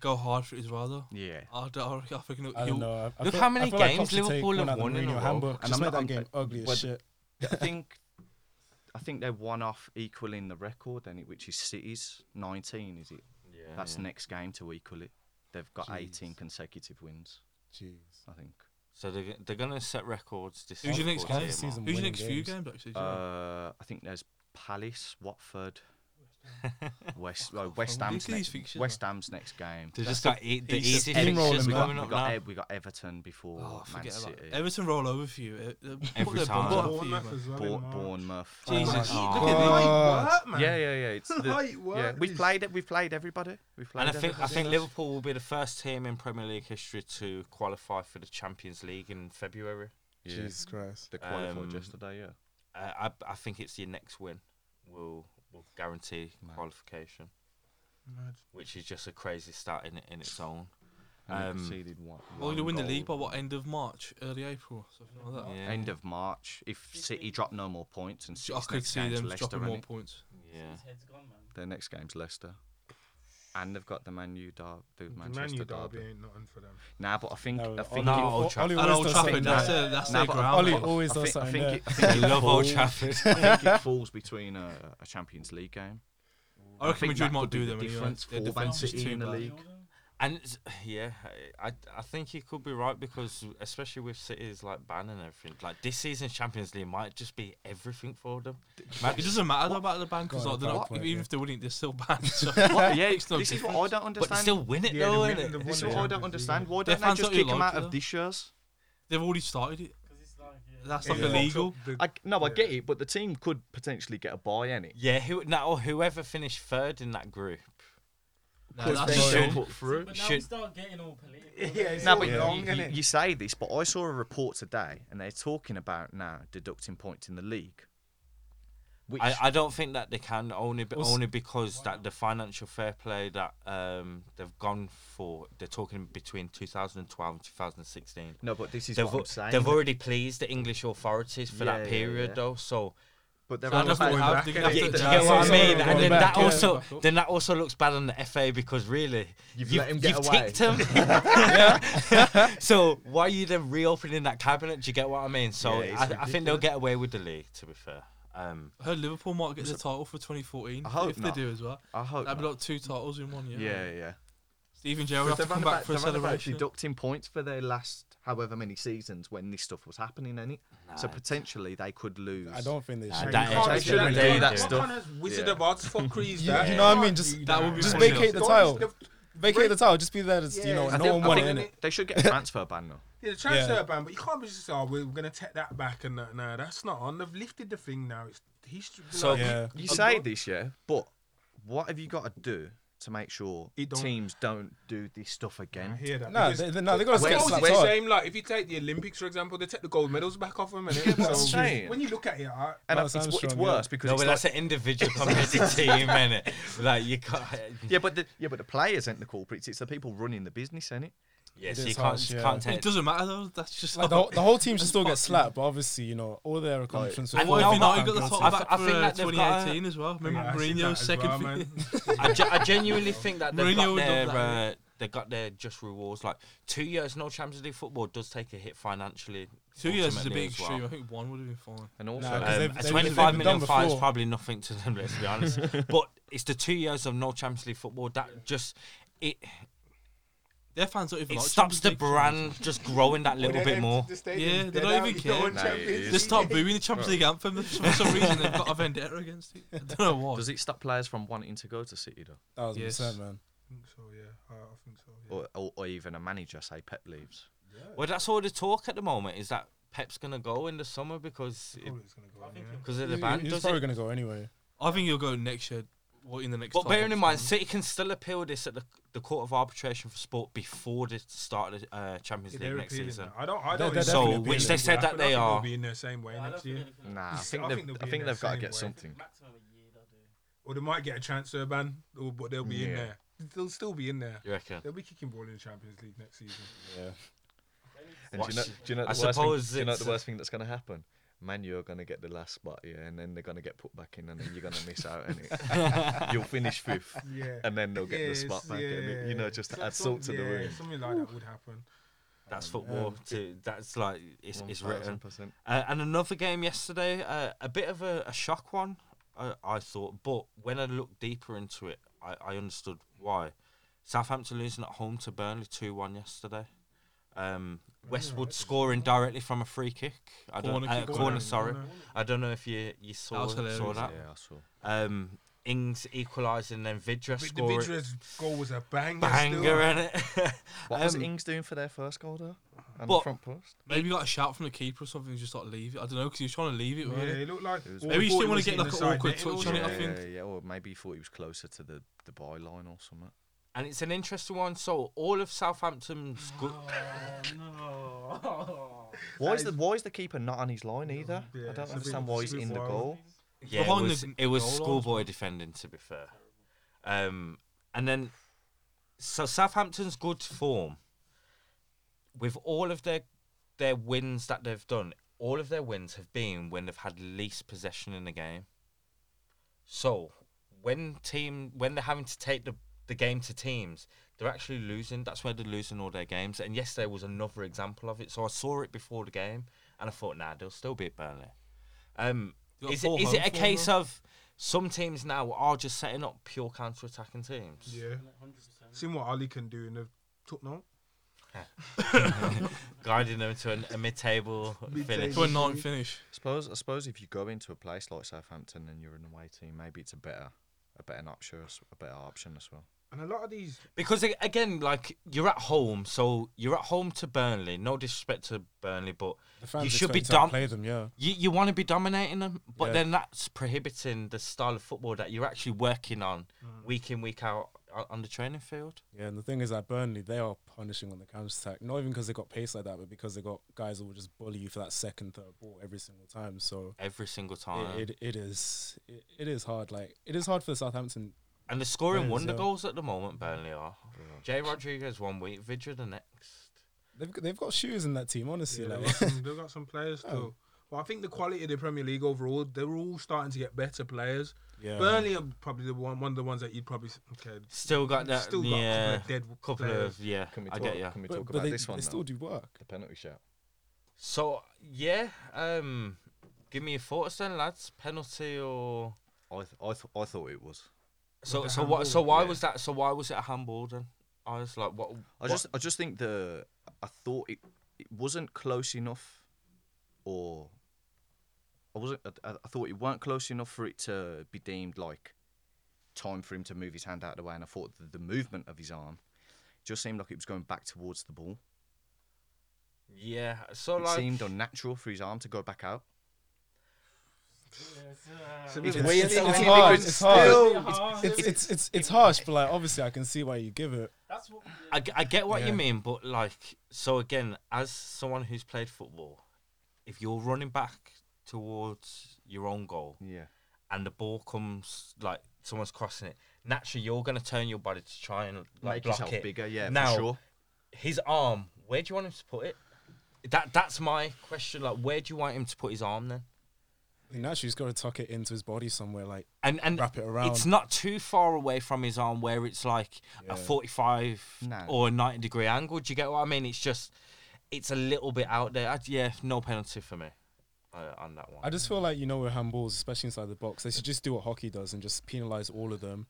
go hard for it as well, though.
Yeah.
I, don't, I reckon
I don't
he'll,
know. I
Look
feel-
how many
I feel like
games
Klopp should take
Liverpool
one
have
out of
won in
Mourinho
a row.
Hamburg,
And
Just
I'm
make
not-
that
I'm-
game ugly
but-
as shit.
I think I think they're one off equaling the record, and it, which is City's nineteen. Is it?
Yeah,
That's
yeah.
next game to equal it. They've got eighteen
Jeez.
consecutive wins.
Jeez.
I think.
So they're, g- they're gonna set records this
Who's your next
Liverpool
game?
team
Season
who's your
winning
next few
games.
games, actually? do you know?
Uh, I think there's Palace, Watford, West
Fuck
uh,
off,
West
man.
Ham's
Look at these
next,
fixtures,
West Ham's next game.
on. They've just got e- the
He's
easy
steamrolling
fixtures
them.
coming
we
up
got
now.
Ev- we got Everton before
Oh,
Man
forget
City.
about it. Everton roll over for you. Eh, they Put their
time.
bums
But-
out for you,
Bournemouth
man.
as well.
Bour-
in March.
Bournemouth.
Oh my
Jesus,
God.
look at
God.
this.
Light work, man.
yeah, yeah, yeah. It's the,
Light
yeah.
work
We've
is-
played it. We've played everybody. We've played.
And I think I
everybody.
think Liverpool will be the first team in Premier League history to qualify for the Champions League in February.
Yeah.
Jesus Christ.
They qualified
Um,
yesterday. Yeah.
Uh, I I think it's your next win will will guarantee
Mad.
qualification,
Mad.
which is just a crazy start in in its own.
And they
um,
conceded one.
Well, you
one
win the
goal.
league by what end of March, early April, something like that.
Yeah.
End of March. If City drop no more points and
I
City's
could
next
see
game's
them
Leicester,
dropping more
innit?
points.
Yeah.
His head's gone, man.
their next game's Leicester, and they've got the Man U derby, the
The Man
Manchester
U
derby.
derby ain't nothing for them.
Nah, but I think
No,
I think
no,
it-
Old
Oli-
Trafford.
Oli
At
always
Old
does
Trafford,
something
that's,
there.
their, that's
Nah,
their
but
ground.
Oli
man.
always
I
does
think- I
something
think
there.
it- I think
I
it
love Old
falls-
Trafford.
I think it falls between a, a Champions League game.
I reckon
think
Madrid
that
might
could be
do
the
them anyway.
difference
Their
for Man
defence is
City
too
in the
bad.
league.
And it's- yeah, I I think you could be right because especially with cities like Ban and everything, like this season's Champions League might just be everything for them.
It doesn't matter though about the ban because
Got
like,
a
they're
bad
not,
point,
even
yeah.
if they win it, they're still banned. So
What? Yeah,
Makes no
this is what I don't
But they
understand.
still win it
Yeah, they
though,
win
innit?
and they've won
this is
the
what I don't
Champions
understand.
League.
Why
Their
don't they
fans
just
don't really
kick them
like
out
it, though.
of this year's?
they've already started it.
Because it's like, yeah.
That's
It
not
fucks
illegal.
up the-
I, no, I
Yeah.
get it, but the team could potentially get a buy, it.
Yeah, who now whoever finished third in that group
No,
they
that's
should.
true.
put through.
But now we
Should-
start getting all political.
Yeah,
don't
it's
we?
No, but
all
you-
wrong,
you,
innit?
you say this, but I saw a report today, and they're talking about now deducting points in the league. Which
I, I don't think that they can only be,
Well, s-
only because that the financial fair play that um they've gone for they're talking between 2012 and 2016.
no, but this is
They've,
what
al-
I'm saying.
they've already pleased the English authorities for
Yeah,
that
yeah,
period
yeah.
though, so
but they're
So I
already
don't think they have- they have
Yeah,
to-
do you
Yeah,
get what I
so
mean?
it's
And then
back
that
up.
also then that also looks bad on the FA because really
You've let him get
you've
away.
ticked him. so why are you then reopening that cabinet? Do you get what I mean? So
Yeah, it's
I, I think they'll
ridiculous.
get away with the league. To be fair, um,
I heard Liverpool might get the title for 2014
I hope
if
not.
they do as well.
I hope.
That'd be
not.
like two titles in one year.
yeah, yeah.
Stephen Gerrard have to come back for a celebration.
deducting points for their last however many seasons when this stuff was happening, any. So potentially they could lose.
I don't think they
Nah,
should.
that
Just
is-
Can't
that's
do
what
that.
they
What
do.
That
kind
stuff.
of Wizard
Yeah.
of Oz fuckery is
You-
that?
you know what I
Can't
mean? Just-
do
That would be
Just
funny.
vacate the
Don't-
title.
the-
Vacate the title. Just be there. As, You know,
I
no
think- I
one won it.
think
innit?
They should get a transfer ban though.
Yeah, the transfer
Yeah.
ban, but you can't be just oh we're gonna take that back and that. no, that's not on. They've lifted the thing now. It's history.
So-
like,
Yeah.
You
I'm
say
not-
this, yeah, but what have you got to do to make sure
It don't-
teams don't do this stuff again?
I hear that.
No,
because
they, they, no, they got to
Wait,
get
it's
wait,
slapped
the
hard.
same. Like if you take the Olympics for example, they take the gold medals back off them. And
Yeah, but I'm saying-
when you look at it, I,
And
Lance
it's, it's
Armstrong,
worse
yeah.
because
No,
it's
but
like-
that's an individual compared to team, innit? Like you can't.
yeah, but the, yeah, but the players ain't the culprits. It's the people running the business, ain't it?
Yeah,
It
so you
is
can't,
harsh,
you
yeah.
can't
It
take.
doesn't matter though. That's just
Like the, whole- the whole team should still get slapped, but obviously, you know, all their accomplishments.
and
were
What
No,
if you
fucking
not got the
I- I
top back
th- I
for
think
uh,
that they've got a-
2018 as well?
I
Remember
see that
Mourinho's
as
second
well,
fi-
man.
I, ge- I genuinely think that they've
Mourinho
got
would love
their
that,
uh, they got their just rewards. Like two years no Champions League football does take a hit financially.
Two years is a
ultimately
bit
as well.
extreme. I think one would have been fine.
And also,
Nah,
Um,
'cause they've-
a
they've-
25
they've
million
done
fine is
before.
probably nothing to them, let's be honest. but it's the two years of no Champions League football that just it
Their fans don't even
it
like
stops
Champions
the
League
brand just growing that little bit more.
Yeah, they don't even care.
Nah,
fans.
it
Just start booing the Champions League anthem. For some reason, they've got a vendetta against it. I don't know why.
does it stop players from wanting to go to City though,
thousand
Yes.
percent, man.
So yeah, I, I think so. Yeah.
or, or, or even a manager say Pep leaves?
Well, that's all the talk at the moment is that Pep's gonna go in the summer because
Probably it's gonna go on, yeah.
because of the
He's,
ban.
Oh, he's
does
probably
it?
going to go anyway.
I think you'll go next year or in the next.
But
five
bearing in
months,
mind,
man.
City can still appeal this at the, the Court of Arbitration for Sport before the start of the uh, Champions
Yeah,
League
they're
next
appealing
season.
now. I don't. I
They're-
don't. even
they're
So,
think
which
appealing
they
will
said that
happen. I
they
think
are.
They'll be in the same way
I don't
next
think
year,
anything-
Nah, I
He's-
think
I
they've,
think they'll
I
be
think
in
they've
their
got
same
to get
way.
something.
Maximum a year, they'll do.
or they might get a transfer ban, or, but they'll be in
Yeah.
there. They'll still be in there.
You reckon?
They'll be kicking ball in the Champions League next season.
Yeah.
And do you know,
Watch-
do you know the
I
worst thing-
suppose
do you know
it's
the
a-
worst thing that's going to happen? Man, you're going to get the last spot, yeah, and then they're going to get put back in, and then you're going to miss out, and you'll finish fifth,
Yeah.
and then they'll get
Yeah,
the spot
it's-
back, and it, you know, just to
Some-
add salt to
some-
the
yeah,
wound.
Something like that would happen.
That's football. To, that's like it's, it's written.
1000%.
Uh, and another game yesterday, uh, a bit of a, a shock one, uh, I thought. But when I looked deeper into it, I, I understood why. Southampton losing at home to Burnley 2 1 yesterday. Um, Westwood scoring directly from a free kick. I don't,
Corner
uh,
kick,
corner,
corner,
sorry. I don't know if you, you saw,
was hilarious.
saw that.
Yeah, I saw.
Um, Ings equalising, then Vidra
But the
scoring.
Vidras goal was a banger.
banger eh?
still.
in it.
What was
Um,
Ings doing for their first goal though? And the
But-
front post.
Maybe you got a shout from the keeper or something. Just like leave it. I don't know because he was trying to leave it.
Yeah,
weren't he?
it looked like.
It was-
all
Maybe you
thought
still
it
wanna
was
get
in
like
the
an
side
awkward
net, it
touch
was,
on it,
yeah.
I think.
yeah, Or maybe he thought he was closer to the the byline or something.
and it's an interesting one. So all of Southampton's good.
Oh,
Why is the why is the keeper not on his line either?
yeah, it's
I
a
don't
bit-
understand why
it's
he's
a bit
in the
wild.
goal.
Yeah, it
Behind the
was,
g-
it was
goal line.
schoolboy defending, to be fair. Um, and then, so Southampton's good form, with all of their their wins that they've done, all of their wins have been when they've had least possession in the game. So when team when they're having to take the the game to teams, they're actually losing. That's where they're losing all their games. And yesterday was another example of it. So I saw it before the game, and I thought, nah, they'll still beat Burnley. Um,
They got
is it,
four
is it
home
a
for 'em
case
now.
of some teams now are just setting up pure counter attacking teams?
Yeah. Seen what Ali can do in the top note.
Guiding them to an, a mid table finish.
to a ninth finish?
I suppose I suppose if you go into a place like Southampton and you're an away team, maybe it's a better a better option as- a better option as well.
And a lot of these
Because a- again, like you're at home, so you're at home to Burnley. No disrespect to Burnley, but
The fans
you should be
expect to
dom-
play them. Yeah.
you, you want to be dominating them, but
Yeah.
then that's prohibiting the style of football that you're actually working on
Mm.
week in week out o- on the training field.
Yeah, and the thing is that Burnley, they are punishing on the counter attack. Not even because they got pace like that, but because they got guys that will just bully you for that second, third ball every single time. So
Every single
Oh,
time,
it, it, it is it, it is hard. Like it is hard for the Southampton.
and they're scoring
Burnley's,
wonder
uh,
goals at the moment. Burnley are Jay Rodriguez one week, Vidra the next.
They've g- they've got shoes in that team, honestly.
Yeah, they've,
like,
got some, they've got some players too. Well, I think the quality of the Premier League overall, they're all starting to get better players.
yeah.
Burnley are probably the one, one of the ones that you'd probably s- okay.
Still got that.
Still got a
yeah,
couple of dead
couple
players.
of yeah.
Can we
I
talk,
get you.
Can we
But,
talk
but
about
they,
this one?
they still
though?
do work.
The penalty shout.
So yeah, um, give me your thoughts then, lads. Penalty or
I th- I, th- I thought it was.
so
the
so what?
handball,
So why
yeah.
was that? So why was it a handball then? eyes? Like what?
I just I just think the I thought it it wasn't close enough, or I wasn't I, I thought it weren't close enough for it to be deemed like time for him to move his hand out of the way, and I thought the, the movement of his arm just seemed like it was going back towards the ball.
Yeah. So
it
like
seemed unnatural for his arm to go back out.
uh,
it's
It's-
weird.
it's-
that
it's
we
hard,
couldn't
it's hard.
still-
It's it's it's it's harsh, but like obviously I can see why you give it.
That's what.
I, g- I get what
Yeah.
you mean, but like, so again, as someone who's played football, if you're running back towards your own goal
Yeah.
and the ball comes like someone's crossing it, naturally you're gonna turn your body to try and like
Make
block
yourself
it.
bigger, yeah,
now
for sure.
his arm, where do you want him to put it? That that's my question. Like, where do you want him to put his arm then?
I think naturally he's got to tuck it into his body somewhere. Like
And and
Wrap it around.
It's not too far away from his arm where it's like
Yeah.
a forty-five
No.
or a ninety degree angle. Do you get what I mean? It's just it's a little bit out there. I, yeah, no penalty for me uh, on that one.
I just feel like you know with handballs, especially inside the box, they should just do what hockey does and just penalize all of them.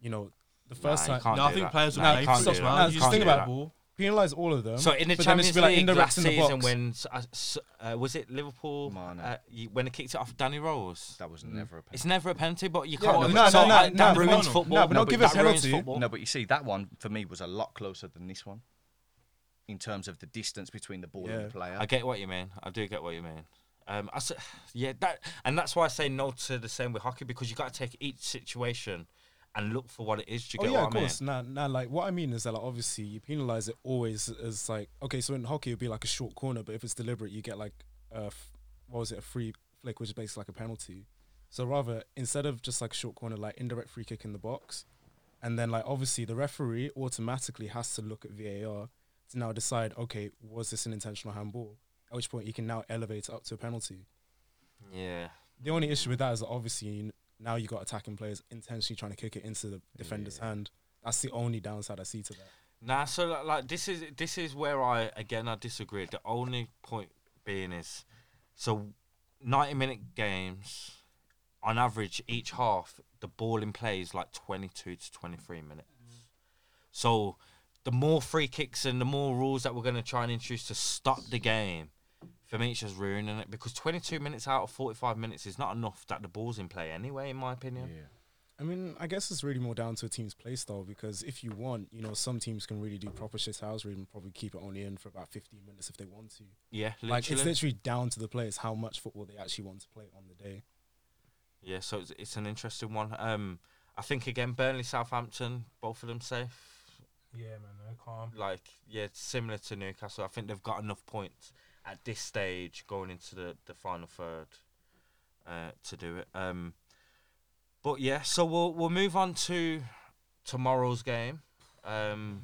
You know, the first
Nah, you can't
time
No, I
do
think
that.
players
Nah,
were
you
naive.
can't
It
do
doesn't
that.
matter.
You
You
just
can't
think
do
about
that.
it. penalize all of them.
So in the
but then it
Champions
should be like
League
indirects
last
in the
season,
box.
when uh, s- uh, was it Liverpool?
Mane.
Uh, you- when it kicked it off Danny Rose.
That was never a
It's
penalty.
never a penalty, but you
Yeah,
can't.
no,
it's
no,
not
no,
like
no,
that
but
ruins
no,
football.
no, but not give
that
us
ruins
penalty.
football.
No, but you see that one for me was a lot closer than this one. In terms of the distance between the ball and
Yeah.
the player.
I get what you mean. I do get what you mean. Um, I s- yeah, that and that's why I say no to the same with hockey because you got to take each situation and look for what it is. Do you
Oh
get
yeah,
what
of
I mean?
course. Nah, nah. Like what I mean is that like obviously you penalize it always as like okay. So in hockey it'd be like a short corner, but if it's deliberate, you get like a f- what was it a free flick, which is basically like a penalty. So rather instead of just like short corner, like indirect free kick in the box, and then like obviously the referee automatically has to look at VAR to now decide okay was this an intentional handball? At which point you can now elevate it up to a penalty.
Yeah,
The only issue with that is that obviously you, kn- now you got attacking players intentionally trying to kick it into the defender's hand. That's the only downside I see to that.
nah. So like, like this is this is where I again I disagree. The only point being is so ninety minute games on average each half the ball in play is like twenty two to twenty three minutes. So the more free kicks and the more rules that we're going to try and introduce to stop the game, for me, it's just ruining it because 22 minutes out of 45 minutes is not enough that the ball's in play anyway, in my opinion.
I mean, I guess it's really more down to a team's play style because if you want, you know, some teams can really do proper shit house and probably keep it only in for about 15 minutes if they want to.
Yeah, literally.
Like, it's literally down to the players how much football they actually want to play on the day.
yeah, so it's, it's an interesting one. Um, I think, again, Burnley, Southampton, both of them safe.
Yeah, man, they're calm.
Like, yeah, it's similar to Newcastle. I think they've got enough points at this stage going into the, the final third uh, to do it. Um, but yeah, so we'll we'll move on to tomorrow's game. Um,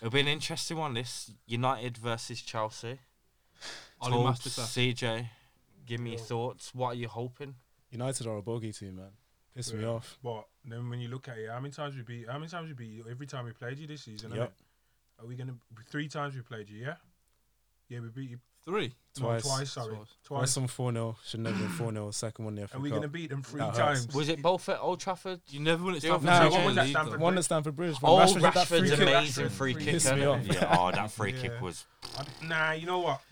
it'll be an interesting one. This United versus Chelsea.
Ollie
Told
Masterclass.
CJ, give me your thoughts. What are you hoping?
United are a bogey team, man. Piss me
Yeah.
off.
But then when you look at it, how many times we beat? How many times we beat you? Every time we played you this season,
Yep.
innit? Are we gonna three times we played you? Yeah. Yeah, we beat you
Three.
no,
Twice.
twice sorry,
Twice.
twice.
First one 4 0, should never been 4 0. Second one, the FA
And we're
Cup.
gonna beat them three
That hurts.
times.
Was it both at Old Trafford?
You never win at
Yeah,
Stamford
no,
Bridge
what
in
was
the
that
league,
Stamford
though.
One at Stamford Bridge. when
Oh,
Rashford hit that free
Rashford's
kick.
amazing free
Free
kick.
kick.
innit?
Piss me
Yeah, oh, that free
Yeah.
kick was.
I- nah, you know what?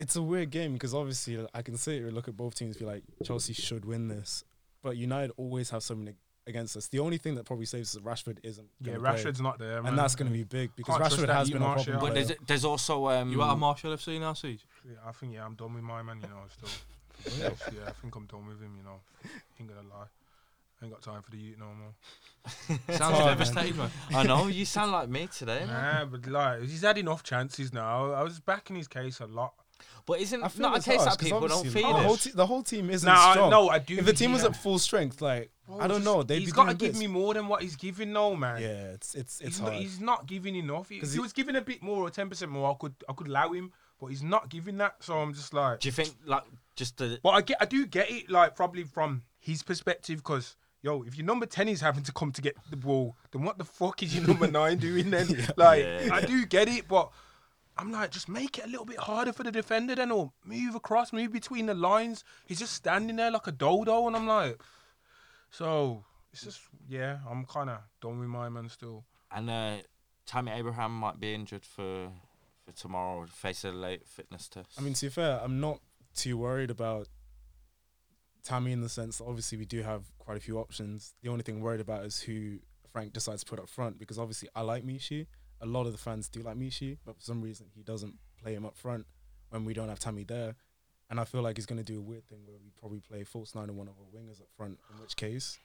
it's a weird game because obviously like, I can sit here and look at both teams and be like, Chelsea should win this, but United always have something against us. The only thing that probably saves us is Rashford isn't.
Yeah,
gonna play,
Rashford's not there, man.
and that's going to be big because
Can't trust
Rashford
that
has
you
been a
Martial.
problem.
But
player.
there's there's also um.
You out of Martial FC now, Siege?
Yeah, I think yeah, I'm done with my man. You know, still. yeah, I think I'm done with him. You know, ain't gonna lie. I ain't got time for the youth no more.
Sounds
hard, man.
devastated, man.
I know you sound like me today, man.
Nah, but like he's had enough chances now. I was backing his case a lot.
But isn't
I
it
feel
not a
it's
case
harsh
that
'cause
people don't
obviously
feed
the whole,
us?
te- the whole team isn't
Nah, I-
strong.
no, I do
If the team was
hear
at
that.
full strength, like I don't
Just-
know, they'd
he's
be
got to
doing
give
this.
me more than what he's giving, though, man.
Yeah, it's it's it's
he's,
hard.
not, he's not giving enough. If
'Cause
he,
he-
was giving a bit more or ten percent more, I could I could allow him, but he's not giving that. So I'm just like,
Do you think like just the
but I get I do get it, like probably from his perspective, because. Yo, if your number ten is having to come to get the ball, then what the fuck is your number nine doing then? Like,
Yeah.
I do get it, but I'm like, just make it a little bit harder for the defender then, or move across, move between the lines. He's just standing there like a dodo, and I'm like, so it's just yeah, I'm kind of done with my man still.
and uh, Tammy Abraham might be injured for for tomorrow. Face a late fitness test.
I mean, to be fair, I'm not too worried about Tammy in the sense that obviously we do have quite a few options. The only thing worried about is who Frank decides to put up front because obviously I like Mishi. A lot of the fans do like Mishi, but for some reason he doesn't play him up front when we don't have Tammy there. And I feel like he's going to do a weird thing where we probably play false nine and one of our wingers up front, in which case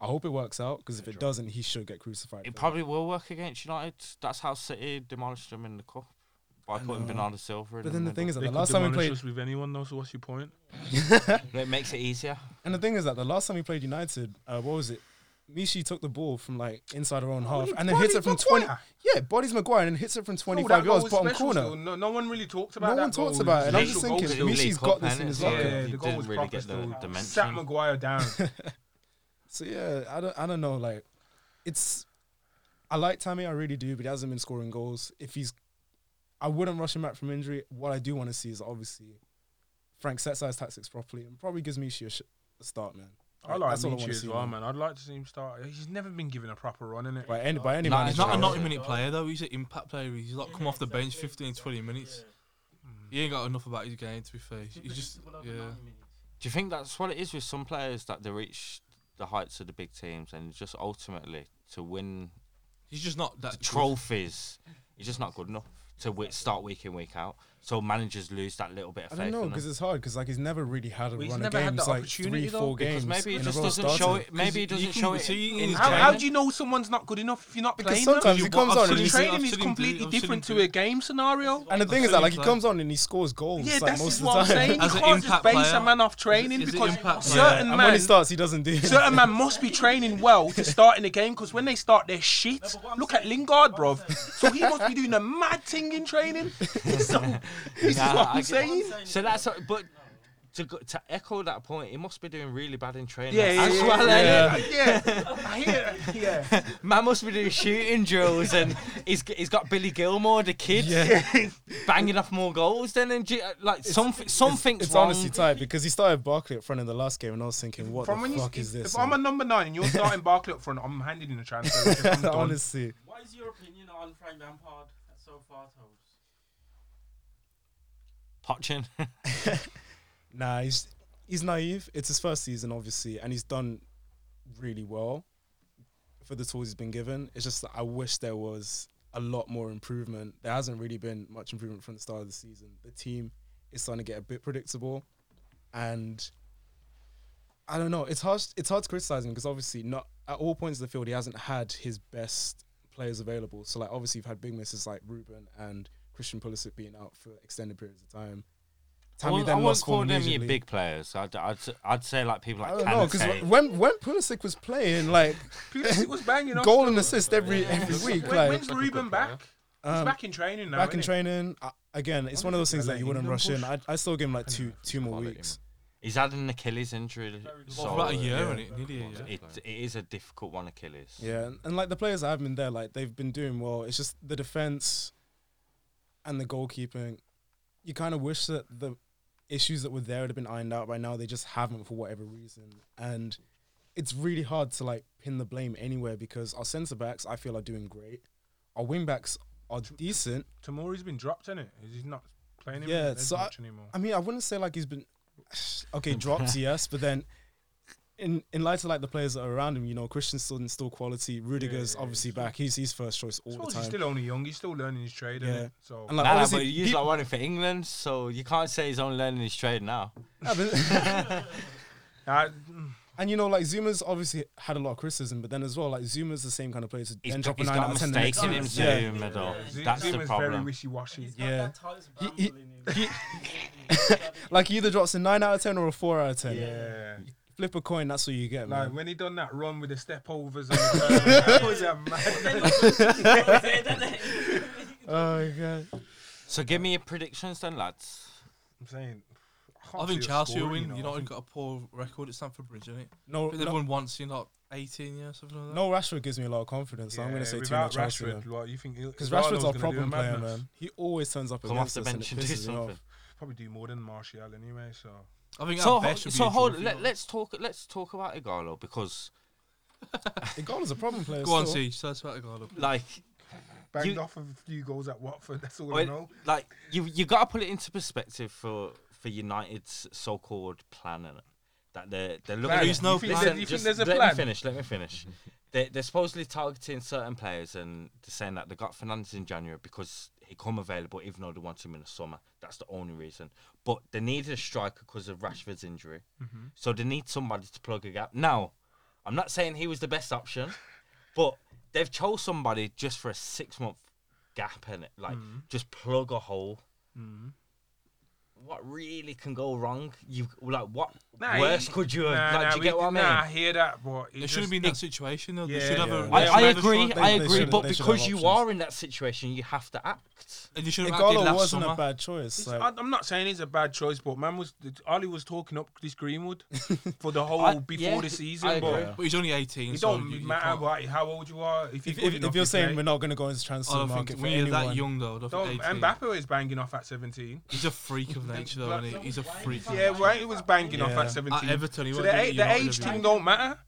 I hope it works out because if it doesn't, he should get crucified.
it
for that.
probably will work against United. That's how City demolished them in the cup by
I
putting
know.
Bernardo Silva. in
But then the
middle.
thing is that
They
the
could
last time we
demolish
played,
us with anyone though. So what's your point?
it makes it easier.
And the thing is that the last time we played United, uh, what was it? Mishi took the ball from like inside her own half and then hits it from twenty. Yeah, bodies Maguire and hits it from
Oh, that
twenty-five
goal
yards
was
bottom
special
corner.
still. No, no one really talked about
No
that.
one
goal.
talks about it. And I'm
League-
just
Literal
thinking,
goal
League
still.
Mishi's
League Cup,
got this in
innit?
his
So
Yeah,
locker.
you
the goal
didn't
was
really
proper
get the
still. Sat
dimension.
Maguire down.
So yeah, I don't, I don't know. Like, it's I like Tammy, I really do, but he hasn't been scoring goals. If he's, I wouldn't rush him back from injury. What I do want to see is obviously Frank sets out his tactics properly and probably gives Mishi a, sh- a start, man.
I like
That's all I
Michi
wanna
as
see,
well,
man.
man. I'd like to see him start. He's never been given a proper run in it.
By any by any
Nah,
man,
He's not a
Chelsea.
90 minute player though. He's an impact player. He's like come off the bench 15, 20 minutes. He ain't got enough about his game to be fair. He's just yeah.
Do you think that's what it is with some players that they reach the heights of the big teams and just ultimately to win
He's just not that
the
good.
trophies, he's just not good enough to wi- start week in week out. So managers lose that little bit of
I
faith.
don't know
in them.
because it's hard because like he's never really had a
Well, he's
run of
never had
games
the
like
opportunity,
three,
though,
four
because
games.
maybe
in
it
a
just
row
doesn't show
started.
it. Maybe it
you
doesn't
can
show it.
see
in
in his
How,
training.
how do you know someone's not good enough if you're not
Because
playing
sometimes
them?
he comes
I've seen
on
him
and he's-
do it,
Training
I've
is
seen him do it,
completely
I've seen
different
him
to
do
a
it.
game scenario.
And the thing is
I've
that
seen
like he
him
comes on and he scores goals.
Yeah,
like,
that's just
most of the
what I'm
time.
saying. You
As an
can't just
impact
base
player,
a man off training
is it
because
impact
certain
And when
man,
he starts, he doesn't do it.
certain man must be training well to start in the game because when they start, they're shit.
but what I'm
Look at
saying-
Lingard,
what I'm
bruv. So he must be doing a mad thing in training. so this
Nah,
is what
I
I'm
get-
saying.
So that's what- but to go, to echo that point, he must be doing really bad in training.
Yeah, yeah,
As
yeah,
well,
yeah,
eh?
yeah. I hear, yeah.
Man must be doing shooting drills, and he's g- he's got Billy Gilmore, the kid, banging off more goals. Then and j- uh, like something something's
It's
wrong.
honestly tight because he started Barkley at front in the last game, and I was thinking, what
From when
the
you,
fuck
if,
is this?
if I'm a
man?
number nine and you're starting Barkley up front, I'm handing in a transfer. if I'm done.
Honestly,
What is your opinion on Frank Lampard so far, Toes?
Potching.
nah, he's he's naive. It's his first season, obviously, and he's done really well for the tools he's been given. It's just that I wish there was a lot more improvement. There hasn't really been much improvement from the start of the season. The team is starting to get a bit predictable, and I don't know. It's hard. It's hard to criticize him because obviously, not at all points of the field, he hasn't had his best players available. So like, obviously, you've had big misses like Ruben and Christian Pulisic being out for extended periods of time. Tammy
Well, I
then
wouldn't
lost
call
form
them your
immediately.
big players. I'd, I'd, I'd say like people
I
like
don't know because
Kante.
when when Pulisic was playing, like
Pulisic was banging off
goal
still.
and assist every every
When-
week, like
when's Ruben back? He's
um,
back in training now.
back in
innit?
training. I, again, it's one of those things that you wouldn't rush in. I I still give him like two two more
Quality,
weeks.
He's had an Achilles injury.
Well,
So
for about a
uh,
year,
yeah.
innit? Nearly a year.
It, it is a difficult one, Achilles.
Yeah, and, and like the players that have been there, like they've been doing well. It's just the defense and the goalkeeping. You kind of wish that the issues that were there would have been ironed out by now. They just haven't for whatever reason, and it's really hard to like pin the blame anywhere because our centre backs, I feel, are doing great. Our wing backs are decent.
Tamori's been dropped, isn't it? He's not playing him
Yeah,
as
so
much anymore.
I mean, I wouldn't say like he's been okay dropped, yes, but then in in light of like the players that are around him, you know, Christian's still still quality. Rudiger's
yeah,
obviously
yeah.
back. He's he's first choice
I
all
suppose
the
he's
time.
still only young. He's still learning his trade,
Yeah.
innit? So
And like
Nah, nah,
obviously,
but he's like running for England, so you can't say he's only learning his trade now.
peop-
Nah, mm,
and you know, like Zuma's obviously had a lot of criticism, but then as well, like Zuma's the same kind of player to
He's,
then drop a
he's
nine
got
out of ten the
mistakes
next
in
game.
him
Yeah.
too, middle.
Z-
That's the
Zima's very
problem.
wishy-washy.
Yeah.
He,
He- Like he either drops a nine out of ten or a four out of ten.
Yeah.
Flip a coin, that's what you get,
Like
man.
when he done that run with the step overs, and the that was a mad.
oh my god.
So give me your predictions then, lads.
I'm saying. can't
I think
see us
Chelsea will
scoring,
win.
know.
You know, got a poor record at Stamford Bridge, isn't it?
No,
I think they've
no,
won once in like 18 years, something like that.
no Rashford gives me a lot of confidence, so I'm
Yeah,
gonna say two
without
much Rashford.
Rashford, what, you think?
Because Rashford's our problem player, man. He always turns up
Come off
against
the
us and it
bench and do
pisses me off.
something.
Probably do more than Martial anyway. So
I think
So,
our
ho-
best would be
so
a
hold.
trophy,
Let,
like-
let's talk. Let's talk about Igalo because
Igalo's a problem player.
Go on,
still.
see. So that's about Igalo.
like
banged
You-
off of a few goals at Watford. That's all
Well,
I know.
Like you, you got to put it into perspective for for United's so-called plan and that they're they're looking.
Plan?
There's no
You think
plan.
there- you think
just
there's a
let
plan?
me finish. Let me finish. They, they're supposedly targeting certain players and they're saying that they got Fernandes in January because he come available, even though they want him in the summer. That's the only reason. But they needed a striker because of Rashford's injury,
Mm-hmm.
so they need somebody to plug a gap. Now, I'm not saying he was the best option, but they've chose somebody just for a six month gap in it, like
Mm.
just plug a hole. What really can go wrong? You like what
Nah,
worse
he-
could you have?
Nah,
like,
nah,
do you
we-
get what I mean?
Nah, I hear that, but
They shouldn't be in that situation. Though.
Yeah,
they should have
yeah.
a.
I, I
they should have a
agree,
short-
they-
I
they
agree,
should-
but
they should have
because you
options.
are in that situation, you have to act.
and you should have acted
Igalo
last
wasn't
summer.
a bad choice. Like,
I, I'm not saying it's a bad choice, but man was Ali was talking up Chris Greenwood for the whole
I-
before
yeah,
the season,
I
but
agree.
But he's only 18.
it
so
don't
you, you
matter
can't-
what, how old you are. If, you
if, if, if you're saying we're not going to go into
Oh, I
transfer
don't
market
think
for
when you're
anyone,
that young though. I don't think 18.
and Mbappe is banging off at 17.
He's a freak of nature though, and he's a freak. of
Yeah,
nature.
right. He was banging off
Yeah.
at 17.
At Everton, he
so
won't
the,
do it
a-
at
the
United,
age
will he?
thing don't matter.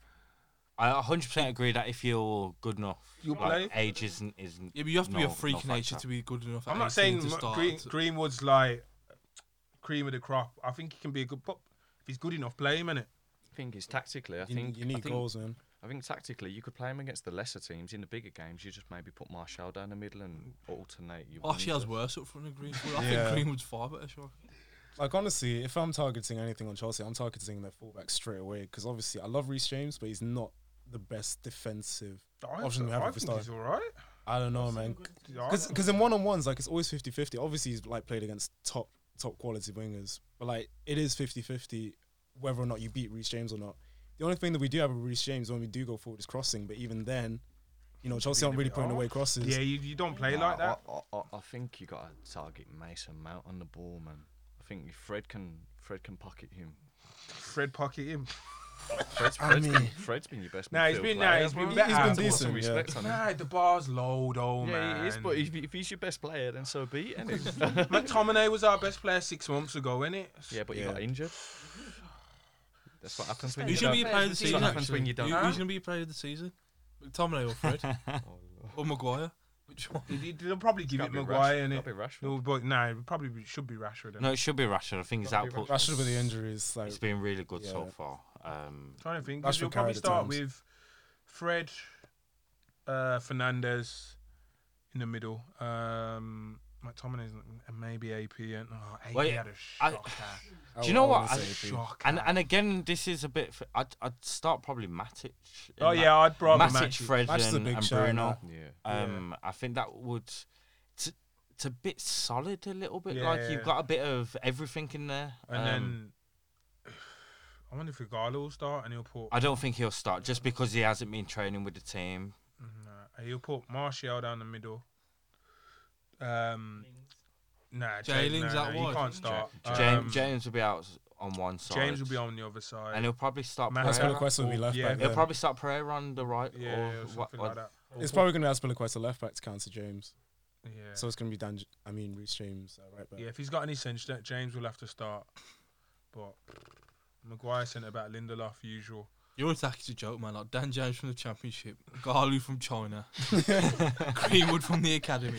I 100% agree that if you're good enough,
You'll
like,
play.
age isn't isn't.
Yeah, but you have to be a
no-
freak
no
nature
factor.
to be good enough. At
I'm not
18
saying
to
Mo-
start.
Green, Greenwood's like cream of the crop. I think he can be a good, but if he's good enough, play him innit?
I think it's tactically. I
you,
think
you need
I think,
goals, man.
I think tactically, you could play him against the lesser teams. In the bigger games, you just maybe put Marshall down the middle and alternate. You
Oh, she has worse up front than Greenwood. I
Yeah.
think Greenwood's far better. Sure.
Like honestly, if I'm targeting anything on Chelsea, I'm targeting their fullback straight away because obviously I love Reece James, but he's not the best defensive.
I,
Option we have
I
if we
think he's all right.
I don't know, man. Because in one on ones, like it's always 50-50. Obviously, he's like played against top top quality wingers, but like it is 50-50 whether or not you beat Reece James or not. The only thing that we do have with Reece James when we do go forward is crossing, but even then, you know, Chelsea aren't really putting away crosses.
Yeah, you, you don't play like that.
I, I, I think you got to target Mason Mount on the ball, man. I think if Fred can Fred can pocket him.
Fred pocket him.
Fred's,
I
Fred's
mean,
been, Fred's been your best.
Nah, he's
midfield
been-
player,
nah, he's
bro.
been better. He's been
Put some
decent, yeah.
respect on him.
Nah, the bar's low though, Oh,
yeah,
man.
he is, but if, if he's your best player, then so be it. innit?
McTominay was our best player six months ago, innit?
yeah, but you
Yeah.
got injured. That's what happens when
Who's
you
gonna
don't.
be your player of the season?
what happens
actually?
when you don't-
Who-
Huh?
Who's gonna be your player of the season? McTominay or Fred or Maguire? Which one?
He- he- They'll probably give
Gotta
it
be
Maguire,
Rash-
innit?
gotta be Rashford.
No, but nah, it probably be- should be Rashford. innit?
No, it should be Rashford. I think his
Gotta be
output.
Rashford with the injuries, like
It's been really good so
Yeah.
far. Um,
trying to think. 'cause
Rashford
You'll probably
carried at
start
times.
with Fred, uh, Fernandez in the middle. Um, McTominay's and maybe AP and oh, AP
Wait,
had a
I-
shocker.
I
Do
would-
you know
I would
what?
say
I-
it'd be-
shocker.
and and again, this is a bit. f I'd I'd start probably Matic. in
oh
that.
yeah, I'd probably
Matic,
match it.
Fred,
Matic's a
and,
big
and
shout,
Bruno.
yeah.
Yeah.
Um, I think that would it's it's a bit solid, a little bit like
Yeah.
you've got a bit of everything in there.
and
Um,
then I wonder if Igalo will start and he'll put
I don't think he'll start just because he hasn't been training with the team.
nah, he'll put Martial down the middle. Um, nah,
Jalen's
Jalen's
out
He
wide.
can't start.
James
Um,
James will be out s- on one side.
James will be on the other side.
and he'll probably start.
Matt-
Pereira.
Aspilicueta will be
Yeah.
left
Yeah.
back.
He'll
then.
probably start Pereira on the right.
yeah,
or,
or
wha-
something
or-
like that.
It's probably going to be Aspilicueta left back to counter James.
Yeah.
So it's going to be Dan. I mean, Reece James uh, right back.
Yeah, if he's got any sense, that James will have to start. But Maguire sent about Lindelof, usual.
Your attack is a joke, man. Like Dan James from the Championship, Galu from China, Greenwood from the Academy.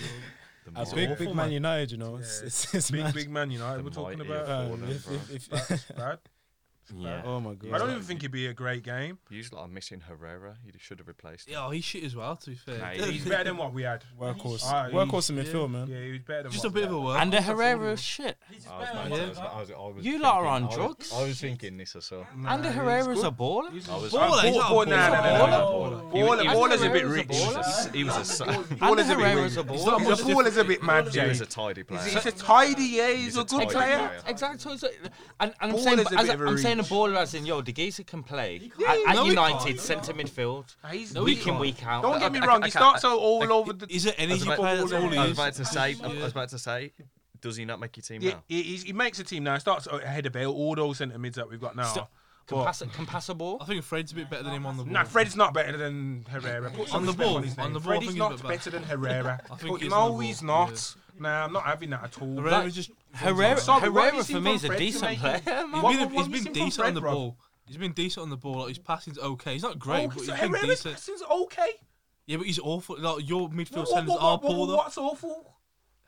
A big, big Man United, you know. It's,
Yeah.
it's, it's
Big,
mad.
big Man United. We're talking
mighty
about.
Um,
Foden,
if-
bro.
if- if-
That's bad.
Yeah.
oh my god!
I don't even think it'd be a great game.
Usually I'm missing Herrera. You should have replaced him.
Yeah, oh, he's shit as well. To be fair,
Nah,
He's better than what we had.
workhorse,
Ah, he's-
workhorse in
yeah.
midfield, man.
Yeah, he was better than
just a
what
bit of
we
a
had.
work.
And the Herrera is shit.
He's
I was,
better
mate, I
than what
was,
I
I was,
got.
I was
You
thinking,
lot are on
I was-
drugs.
I was thinking this or so.
Nah,
And the
he's
Herrera's
good.
a baller.
He's
I was-
ball-
Baller, he's
ball-
not a
ball- nah,
baller.
nah, nah, nah, nah.
Baller.
Baller-
He-
Baller's a
Herrera's
bit
a
rich.
baller.
He was a, he was a, sa-
And the
Baller's a bit
Herrera's a
weird.
He's not
baller.
much
He's a baller's a bit mad,
he was
James.
a tidy player.
He's a tidy, yeah, he's
He's
a
a
good
tidy
player.
player.
Exactly. So, it's like- and, and I'm
Ball
saying,
is
but
a
as
bit
a,
of a
I'm saying a
reach.
baller as in yo, De Gea can play at, at
No, he
United
can't.
centre midfield,
He's
week in
not.
week out.
Don't get me
I- I-
wrong,
I
he
can't-
starts
I-
all all
I-
over the.
He's an
I was,
energy
about,
player. That's all he
I was
is.
about to say. I
Yeah.
was about to say. Does he not make your team
Yeah,
now?
he, he's- he makes a team now. He starts ahead of Bale. All those centre mids that we've got now.
Still- Can
But-
pass, can pass a ball.
I think Fred's a bit better than him on the ball.
Nah, Fred's not better than Herrera. Put some
On the
respect
ball,
his
on
name.
the ball,
Fred
I think
is
he's a
not
bit better.
better than Herrera.
I think
Put-
he's on
no,
the
he's
ball,
not. Nah, I'm not having that at all.
Herrera just
Herrera,
Sorry, what have you
Herrera
seen
for me
from
is a
Fred to
decent
make him-
player. man.
What-
He's been,
what have
he's
you
been
seen from
decent on
Fred,
the
bruv?
ball. He's been decent on the ball. Like, his passing's okay. He's not great,
Oh,
but
so
he's been
Herrera's
decent.
passing's okay.
Yeah, but he's awful. Like, your midfield
What, what,
centers
what,
are
what,
poor though.
what's awful?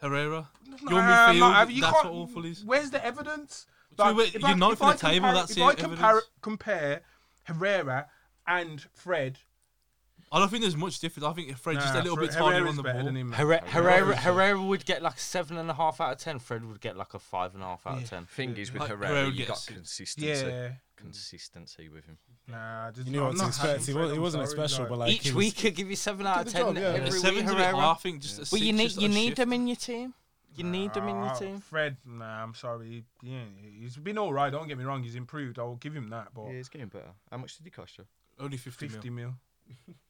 Herrera.
Nah,
your
nah,
midfield.
you
that's
can't-
what awful is.
Where's the evidence?
do you mean, you're ninth in the table,
compare-
that's
if
the
I compare,
evidence?
compare Herrera and Fred,
I don't think there's much difference. I think Fred's just a
nah,
little
Fre-
bit tidier
Herrera's
on the
better
ball.
than him.
Herrera, Herrera,
Herrera-
Herrera would get like seven and a half out of ten. Fred would get like a five and a half out
Yeah.
of ten.
Thing is with
Like,
Herrera,
Herrera
you got
gets it.
consistency.
Yeah,
Consistency with him.
nah, just,
You knew
I'm
what to
not
expect.
having
He,
Fred,
was, he
I'm
wasn't
sorry,
special,
no.
but like he
Each
was-
week he'd give you seven out
did
of
the
ten.
job, yeah.
Yeah,
Every week,
seven's a bit
Herrera.
hard, I think just a
But
six,
you need
just
you
a
need
shift.
them in your team. You need them in your
Nah,
team.
Uh, Fred, nah, I'm sorry. He, he ain't- he's been all right. Don't get me wrong. He's improved. I'll give him that. But
Yeah, he's getting better. How much did he cost you?
Only 50,
50
mil.
mil.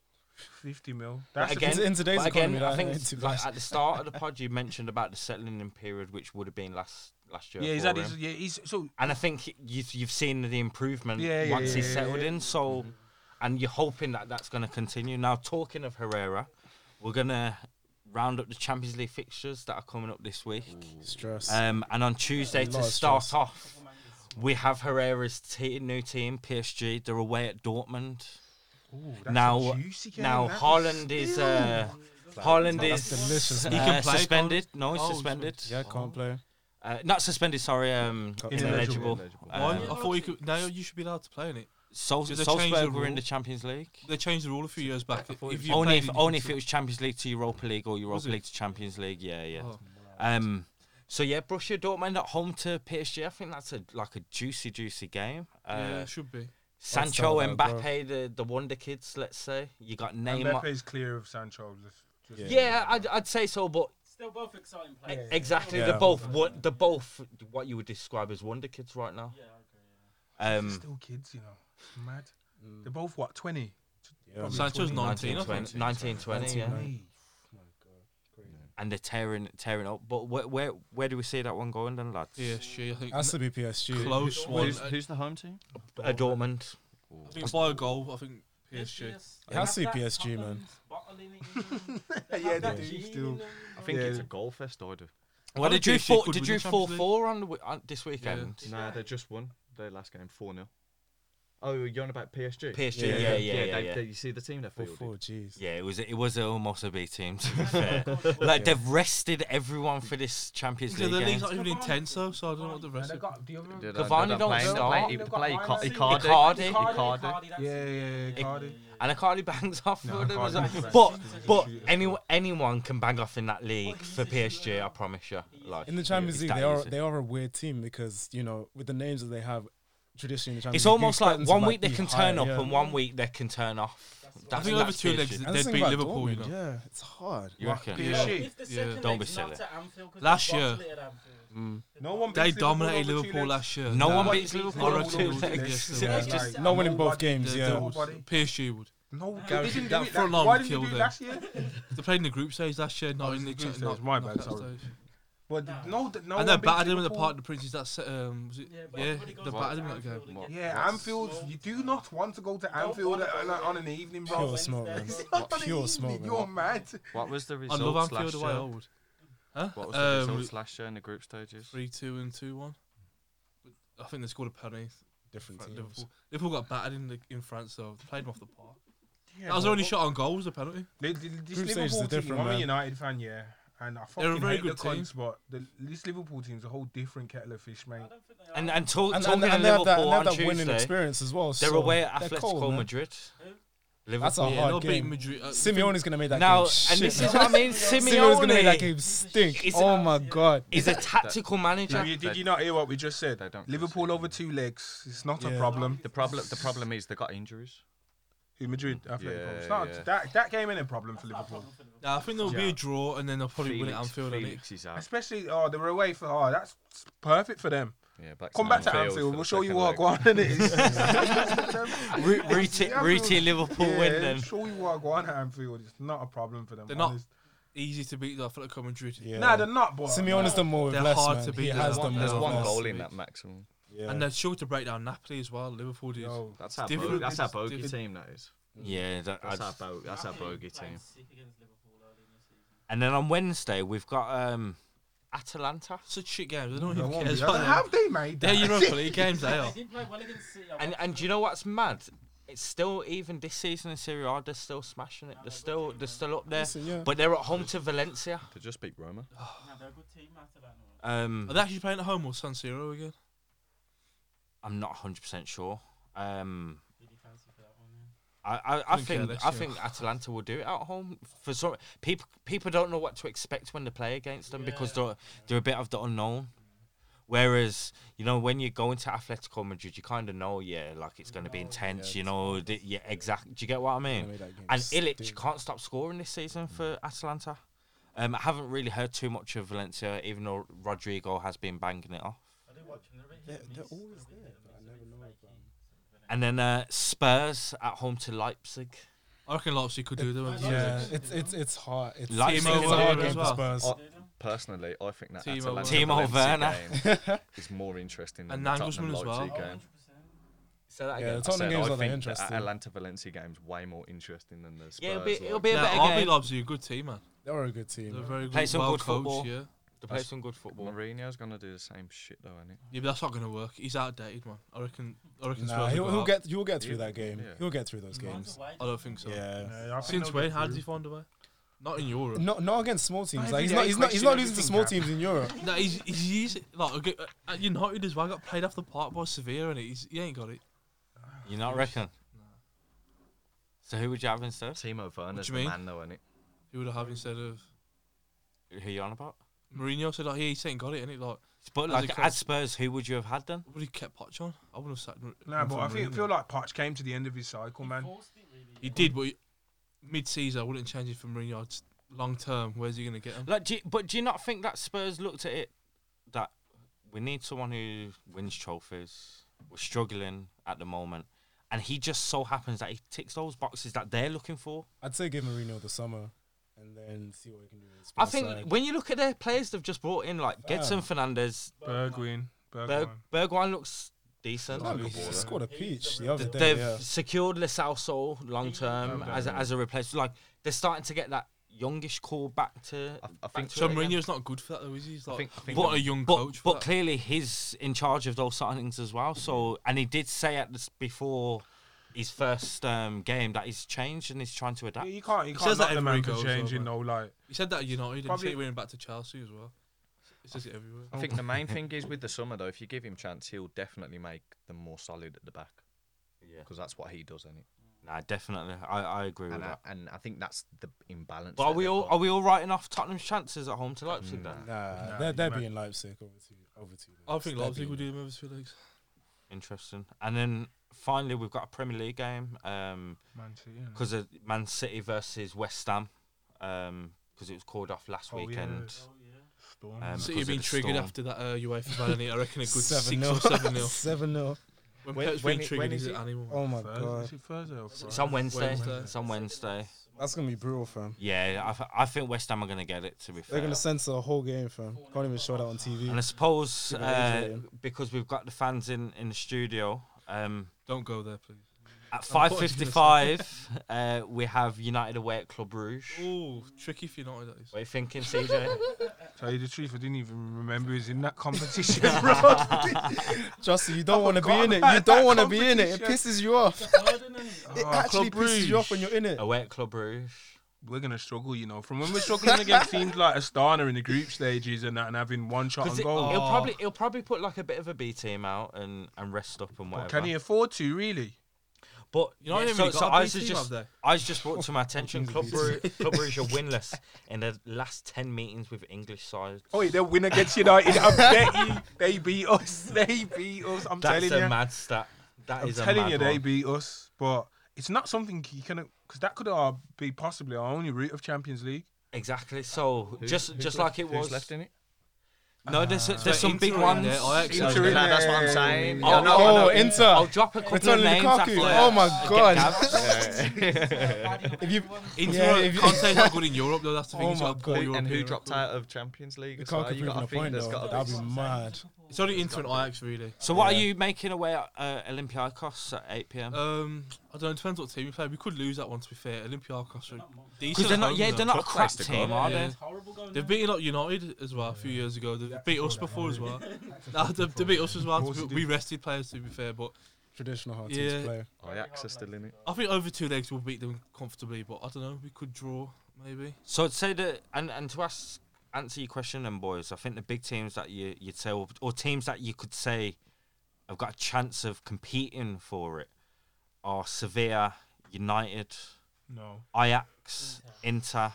50 mil.
But
That's
again,
In- in today's
but again,
economy,
I
that
think
ain't
it's
too
like
bad.
at the start of the pod, you mentioned about the settling in period, which would have been last last year.
yeah, he's
for
had
him.
his. Yeah, he's so.
and I think you, you've seen the improvement
Yeah, yeah,
once
yeah,
he's
yeah,
settled
yeah. Mm-hmm.
in. So, and you're hoping that that's going to continue. Now, talking of Herrera, we're going to round up the Champions League fixtures that are coming up this week.
stress.
Um, and on Tuesday
A lot
to
of
start
stress.
off, we have Herrera's te- new team, PSG. They're away at Dortmund.
Ooh, that's a
Now,
juicy game,
now
that is-
Holland is uh, Holland
That's
is
delicious,
uh,
man. He
can play,
suspended. No, he's
Oh, he's
suspended.
yeah, can't play.
Uh, not suspended. Sorry, um,
Got
ineligible.
ineligible.
Why?
Um,
I thought you could. Now you should be allowed to play in it.
Sol-
Did they change the
Salzburg were in
rule?
the Champions League.
They changed the rule a few years back. If you
Only
played
if,
it, you
only
could
if it was Champions League to Europa League or Europa
it?
League to Champions League. Yeah, yeah.
Oh.
Um, so yeah, Borussia Dortmund at home to PSG. I think that's a like a juicy, juicy game. Uh,
yeah, it should be.
Sancho,
That's not
Mbappe,
bad,
the the wonder kids. Let's say you got Neymar.
Mbappe is clear of Sancho. Just, just
yeah, I'd, I'd say so, but
Still both exciting
e-
players.
exactly,
Yeah.
they're both what they're both what you would describe as wonder kids right now.
Yeah, okay.
Um,
still kids, you know. Mad. They're both what twenty.
Yeah.
Probably
Sancho's
20.
19, I think.
1920, 1920, yeah.
Hey,
and they're tearing tearing up. But where where where do we see that one going then, lads?
PSG, I think.
Has to be PSG.
Close one.
Um, Who's, who's the home team?
Uh, Dortmund.
I think by a goal, I think PSG.
It has to be
Have that
PSG, man.
Tottenham's bottling it in them.
yeah,
Have
they
that
do
gene
still.
in them.
I think
Yeah.
it's a goal fest order.
Well,
I
did you
think
four,
could
did
win
you
the
four
Champions League.
four on, the, w- on this weekend?
Nah, they just won their last game 4 0. Oh, you're on about PSG?
PSG, yeah, yeah, yeah, yeah.
they,
yeah.
They, you see the team they're fielding?
Four G's.
Yeah, it was it was almost a B team to be fair. like they've rested everyone for this Champions
Yeah,
League
the
game.
league's not even intense though, so I don't know what the
And
rest
they
of.
got the other.
They- they-
Cavani
they're
don't
playing-
start.
They
They've
play,
got
they play
Icardi.
Icardi.
Icardi.
Icardi.
that's
Yeah,
it.
yeah, yeah, Cardi.
and Icardi bangs off.
No,
for them as
Icardi
well.
bangs off.
but
He's a
but
shooter.
anyone anyone can bang off in that league for PSG. I promise you. Like
In the
it's
Champions League,
that
they are
easy.
they are a weird team because you know with the names that they have traditionally in the Champions
It's
League, you
almost like
expect them to,
one week they
be
can
high,
turn up
yeah.
and one week they can turn off.
I
That's,
think over
that's
two
PSG.
legs
And that's
they'd
the
beat
thing about
Liverpool, you
Dortmund,
know.
Yeah, it's hard.
You reckon?
PSG.
If the
Yeah.
second
Don't be
leg's not
silly.
at Anfield 'cause
Last
they
year.
bottle it at Anfield.
No one.
They
beats
dominated
over two
Liverpool
legs.
last year.
No one
Nah.
Nobody
beats
beats
Liverpool
Liverpool
on two
over two
legs.
legs.
It's
Yeah.
just-
No one in both
Nobody-
games.
Yeah,
Yeah,
they
Nobody.
PSG would.
No, they
Guaranteed.
didn't do
That
it
front
last-
line
Why didn't
would kill
you do it
them.
last year?
They played in the group stage last year, not
it's
in
Oh,
the
the group
cha-
stage,
not-
my bad,
knockout
sorry.
stage.
Well, th- no, th- no.
and they
one beats
battered him in the
Liverpool.
Park of the Princes. That's um, was it?
Yeah, but
Yeah,
everybody goes
they
to
battered him that
Anfield
game.
again.
Yeah,
What's-
Anfield. You do not want to go to Anfield
bother
on,
going.
on an evening, bro.
pure smoke. man.
Wednesday.
Not on an
Pure
evening,
smoke, man.
You're mad.
What was the
I
result
love
last
Anfield away.
year?
I would. Huh?
What was the
um,
results last year in the group stages?
Three, two, and two, one. I think they scored a penalty.
different
Fra-
teams.
Liverpool. Liverpool got battered in the, in France, though. They played them off the park.
Yeah,
that was
but-
their only shot on goal was a penalty.
They- they- This
Group stages
Liverpool
are
team,
different,
I'm a
man.
United fan, yeah, and I
They're a
fucking
very
hate
good
the
team.
cunts, but the, this Liverpool team's a whole different kettle of fish, mate.
I don't think they
And
are.
and talk,
And,
talking
and, and
to
they have that,
Liverpool
and they have
on
that winning
Tuesday,
experience as well.
they're
so
away at
they're
Atletico
cold, man.
Madrid. Liverpool.
That's a
Yeah, they'll
hard
beat
game.
Madrid. Uh,
Simeone's gonna make that
now,
game. shit,
and this
man.
is what I mean.
Simeone's gonna make that
Simeone
game stink.
Is-
Oh my god.
is a tactical manager.
Did you, did
they-
you not hear what we just said?
they don't really
Liverpool
suit
over
them.
two legs. It's not a
Yeah.
problem.
The problem, the problem is they got injuries.
Who, Madrid, Atletico.
Yeah,
it's not
yeah.
that that game ain't a problem for Liverpool,
Nah, I think there'll be
Yeah.
a draw, and then they'll probably win at
Felix-
Anfield. innit?
Felix is out.
especially oh they were away for oh that's perfect for them.
Yeah, back
Come back to Anfield.
for
We'll
the
show you
second
what
leg.
go on in it is.
Ru- Rooty Rooty Liverpool
yeah,
win then.
Show you what go on at Anfield. It's not a problem for them.
They're not
honest.
Easy to beat though. I feel like Madrid.
Yeah.
Nah, they're not. But
Simeone's done more with
They're
less,
hard
man.
to
He
beat. There's
has done
one-
more
There's
with
one
less.
goal in that maximum.
Yeah.
And they're sure to break down Napoli as well. Liverpool did.
Yo,
That's our
different.
bogey, that's our
It's
bogey
different.
team. That is.
Yeah, that,
That's
I'd-
our bogey. That's our bogey team.
and then on Wednesday we've got um, Atalanta.
Such shit games. I don't
they
even
won't
care.
be.
It's like-
Have they made
They're
that?
Europa League games. They are.
He played well against City. I
And and do you know what's mad? it's still even this season in Serie A, they're still smashing it. They're still they're still up there,
Listen, yeah.
but they're at home to Valencia.
To just beat Roma.
No, they're a good team after that. No.
Um,
Are they actually playing at home or San Siro again?
I'm not 100 percent sure. Um,
Really fancy for that one. Yeah.
I, I, I
Couldn't care
think
less,
I
yeah.
think Atalanta will do it at home for some people. People don't know what to expect when they play against them because they're they're a bit of the unknown. Whereas you know when you go into Atletico Madrid, you kind of know yeah, like it's going to be intense. You know, th- yeah, exact. Do you get what I mean?
Anyway, that game
And
stinks.
Illich can't stop scoring this season for Atalanta. Um, I haven't really heard too much of Valencia, even though Rodrigo has been banging it off.
Are they watching? They're, a bit
They're,
hit and
they're
miss,
always
they're a bit
there,
hit and
but I
miss, they're a
never
bit
know
flaky.
about 'em.
And then uh, Spurs at home to Leipzig.
I reckon Leipzig could do them.
Yeah, it's it's it's hard. It's,
Like
it's,
Timo
it's a hard
Werner
game
as
for
well.
Spurs.
Oh, personally, I think that
Timo
Atalanta
Werner. Timo
Valencia game is more interesting than
And
the
Nagelsmann
Tottenham
as well.
Leipzig
Oh,
game.
100%.
Say that
Yeah,
again.
the
I said,
Tottenham
I
games are like
think the
interesting.
Atalanta Valencia game's way more interesting than the Spurs.
Yeah, it'll be,
like.
it'll be a
Nah,
better
RB
game.
Leipzig are a good team, man.
They were a good
They're
team.
very good.
Play some
well
good
coached,
football.
yeah.
They play some good football.
Mourinho's gonna do the same shit though, isn't
Yeah, but that's not going to work. He's outdated, man. I reckon. I reckon.
Nah,
Spurs will
he'll,
go
he'll
out.
get you'll get through
Yeah.
that game.
Yeah.
He'll get through those
Mine's
games.
a wide
I don't think so.
Yeah.
Yeah, I think
Since
they'll
when?
get
How
through.
does he find a way? Not in Europe.
Not not against small teams. Like he's
every
not
day
he's not he's
question
not losing to
everything,
small
Gav.
teams in Europe.
No, he's, he's, he's like okay, at United as well. Got played off the park by Sevilla, and he's, he ain't got it.
You not reckon? So who would you have instead?
it? Timo Werner's
you
the
mean?
man though, isn't it?
He would have instead of
Who you on about?
Mourinho. Said like, yeah, he's ain't got it, and it like,
But
As a
like at
coach.
Spurs, who would you have had then?
I would have kept Poch on. I would have sacked. Mou-
No,
him
but
for
I think,
Mourinho.
feel like Potch came to the end of his cycle, man.
Forced it really.
he did, but he, mid-season I wouldn't change it for Mourinho. It's long term, where's he going to get him?
Like, do you, but do you not think that Spurs looked at it that we need someone who wins trophies? We're struggling at the moment, and he just so happens that he ticks those boxes that they're looking for.
I'd say give Mourinho the summer and then see what he can do. with
I
Spurs
think
side.
when you look at their players, they've just brought in like Gedson Fernandez,
Bergwijn. Bergwijn.
Berg, Bergwijn looks decent.
No,
Not
he
good ball,
scored a peach the other
Th-
day.
they've
Yeah.
secured Lasalso long term
Okay.
as a, as a replacement. Like they're starting to get that youngish call back to.
I, I
back
think.
to
So
it again.
Mourinho's not good for that though, is he? He's
I
like,
think- I think
what
that-
a young
But,
coach. for
but
that.
clearly he's in charge of those signings as well. So and he did say at this before his first um, game that he's changed and he's trying to adapt.
You can't, you can't knock
says that
the
everywhere
man
he
for
goes, though,
changing,
man.
though. Like,
he said that at United. and He
Probably-
said we're back to Chelsea as well. It's just everywhere.
I think the main thing is with the summer though, if you give him chance, he'll definitely make them more solid at the back
Yeah,
because that's what he does, isn't it?
nah, definitely. I, I agree with
And I,
that.
and I think that's the imbalance.
But are
that
we
they've
all
got.
are we all writing off Tottenham's chances at home to Leipzig
Mm.
then?
Nah,
Nah,
Uh, they're, they're
man.
being Leipzig over two over two.
I think
They're
Leipzig
being
will do them over two legs.
Interesting. And then finally we've got a Premier League game. Um,
Man City. you know.
because of Man City versus West Ham, because it was called off last
Oh, yeah.
weekend.
Oh yeah.
Storm.
Um,
City
because of
have been
the
triggered
storm.
after that uh, UEFA ban. innit? I reckon a good six
7-0.
or seven nil.
Seven 0
When,
When-
Pep's
when
been
it- when
triggered, he's
is
an
it?
animal.
Oh my
Thursday,
god,
is it Thursday or Friday?
It's on Wednesday.
Wednesday.
It's on Wednesday.
that's gonna be brutal, fam.
Yeah, I, th- I think West Ham are going to get it. To be fair,
They're gonna censor a whole game, fam. Can't even show that on
and I
TV.
suppose
Give it
uh,
Adrian.
because we've got the fans in in the studio. Um,
Don't go there, please.
at
I
five
thought you were gonna say-
fifty-five, uh, we have United away at Club Rouge.
Ooh, tricky for United. That is.
What are you thinking, CJ?
Tell you the truth, I didn't even remember he was in that competition. Oh, bro.
Justin, you
Oh
don't want to be
forgot
in it.
about
You don't
that
want to be in it. It pisses you off. It actually
Club
pisses you
Brugge.
off when you're in
Oh,
it.
away at Club Rouge.
we're gonna struggle, you know. From when we're struggling against teams like Astana in the group stages and that, and having one shot on
Because it,
goal.
will
Oh.
probably he'll probably put like a bit of a B team out and, and rest up and
But
whatever.
can he afford to really?
But
You know,
yeah,
I haven't
so,
really
so
got a
I
B team
just
up there.
I was just brought to my attention
Fucking
Club
B
Brugge, Club Brugge are winless in their last ten meetings with English sides.
Oh, they'll win against United. I bet you they beat us. They beat us. I'm
That's
telling
a
you.
mad stat. That
I'm
is a
telling
mad
you, they
one.
beat us. But it's not something you can because that could uh, be possibly our only route of Champions League.
Exactly. So just just like it was.
Who's left in it?
No, there's there's some big
Inter are in
ones.
there, Ajax are in
Inter
there.
in
Nah, that's what I'm
there.
saying.
Oh,
Yeah, Oh, no,
oh,
no,
in-
Inter.
I'll drop a couple
It's only
of names after.
Lukaku. Oh my god.
Gav.
If you,
Inter,
Yeah, if you-
Conte's not good in Europe though. That's the thing.
Oh
he's got
my
a poor
God.
European
and who
record.
dropped out of Champions League?
you
as well?
can't
You
prove
gotta
a
think
point
there's
though.
gotta
That'd be mad.
It's only Inter and Ajax really.
So what are you making away at uh, Olympiacos at 8 p.m.
Um, I don't know. Depends what team we play. We could lose that one. To be fair, Olympiacos are
Because
decent.
they're
at
not,
home,
yeah,
though.
they're not a
Tough
crap
place to go.
team, are
Yeah.
they?
Horrible going.
They've beaten like United as well a few years ago. They beat us before as well. Nah, they, they beat us as well.
Of course
We,
they
we
did.
rested players to be fair, but
traditional hard teams
Yeah.
player.
Ajax are still in it.
I think over two legs we'll beat them comfortably, but I don't know. We could draw maybe.
So I'd say that, and, and to ask answer your question, then boys, I think the big teams that you you'd say, or, or teams that you could say, have got a chance of competing for it, are Sevilla, United,
No.
Mm,
Ajax, Inter,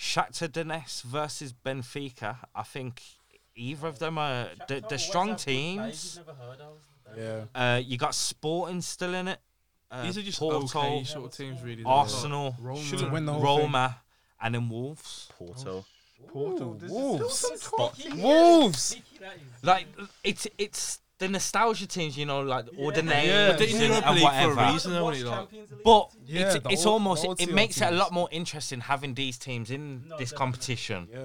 Shakhtar Donetsk versus Benfica. I think either
Uh,
of them are they're, they're strong teams.
Never heard of.
Yeah.
Uh, you got Sporting still in it. Uh,
These are just
Porto,
okay sort of teams, really. though.
Arsenal,
To
Roma.
win the whole
Roma, and then Wolves.
Porto.
Porto. There's
Wolves.
still some talk.
Wolves.
Like it's it's the nostalgia teams, you know, like or the
Yeah.
name,
Yeah,
or
they're
the
in
team
Europa
and
League for a
whatever.
reason.
But
Yeah,
it's,
the
it's
old-
almost
the old
it
CL
makes it a
teams.
lot more interesting having these teams in
No,
this
definitely.
competition.
Yeah.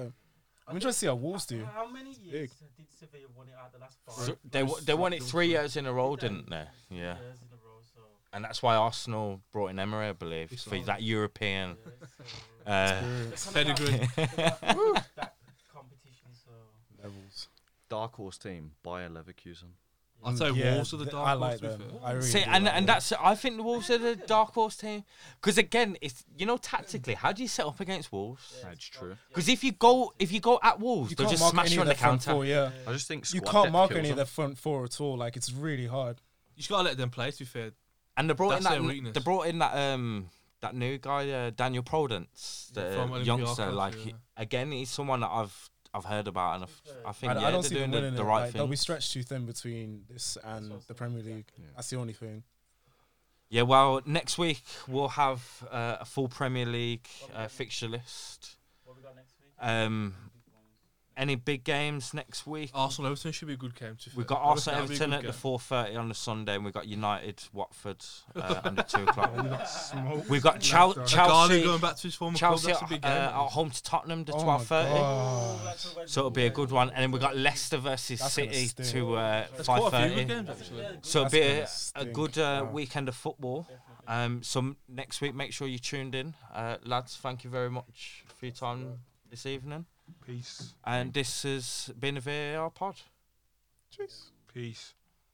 I'm interested to see how Wolves do.
How many years did Sevilla won it out the last five
So they w- they won it three years in a row, didn't they? Yeah,
years in a row? So,
and that's why Arsenal brought in Emery, I believe, for that European.
yeah, so
Uh,
Pedigree.
they're kind of that competition. So
Levels.
Dark horse team, Bayer Leverkusen.
I'd say
Yeah,
Wolves are the
th-
dark
I
horse,
like
to be
them.
fair.
I really
See,
do
and
like
and
them.
that's I think the Wolves are the dark horse team because again, it's you know tactically, how do you set up against Wolves?
That's true.
Because if you go if you go at Wolves,
you
they'll
can't
just
mark
smash
any
you
of
on the
their front
counter.
four. Yeah.
I just think
You
squad
can't
depth
mark
kills
any of
them.
their front four at all. Like it's really hard.
You just gotta let them play. To be fair,
And they brought
That's their
in that.
weakness.
They brought in that um that new guy uh, Daniel Prodence,
Yeah,
the
from Olympiacos,
youngster. Like
yeah.
again, he's someone that I've I've heard about, and I've, I
I,
think yeah,
I don't
they're
see
doing
them
the,
winning
the
it.
right
like, they'll
thing.
be stretched too thin between this and the Premier League. That's the only thing.
yeah, well, next week we'll have uh, a full Premier League uh, fixture list.
what we got next week?
Um, any big games next week?
Arsenal Everton should be a good game. To be
We've
fair.
got
I reckon
Arsenal
that'd be a
Everton
good
at the
game.
four thirty on the Sunday, and we've got United Watford uh, under two
Oh
o'clock.
We got smoked.
We've got Chel-
Leicester.
Chelsea,
Garner going back to his former
Chelsea
club. That's
at,
a big
uh,
game.
at home to Tottenham the
Oh my
twelve thirty.
God.
So it'll be a good one. And then we've got Leicester versus
That's gonna
City
sting.
to uh,
There's
five
quite a few good
thirty.
games actually.
So it'll
That's
be
gonna
a, a
stink.
good uh,
Wow.
weekend of football. Um, so m- next week, make sure you tuned in, uh, lads. Thank you very much for your time this evening.
Peace.
And this has been a VAR pod.
Peace.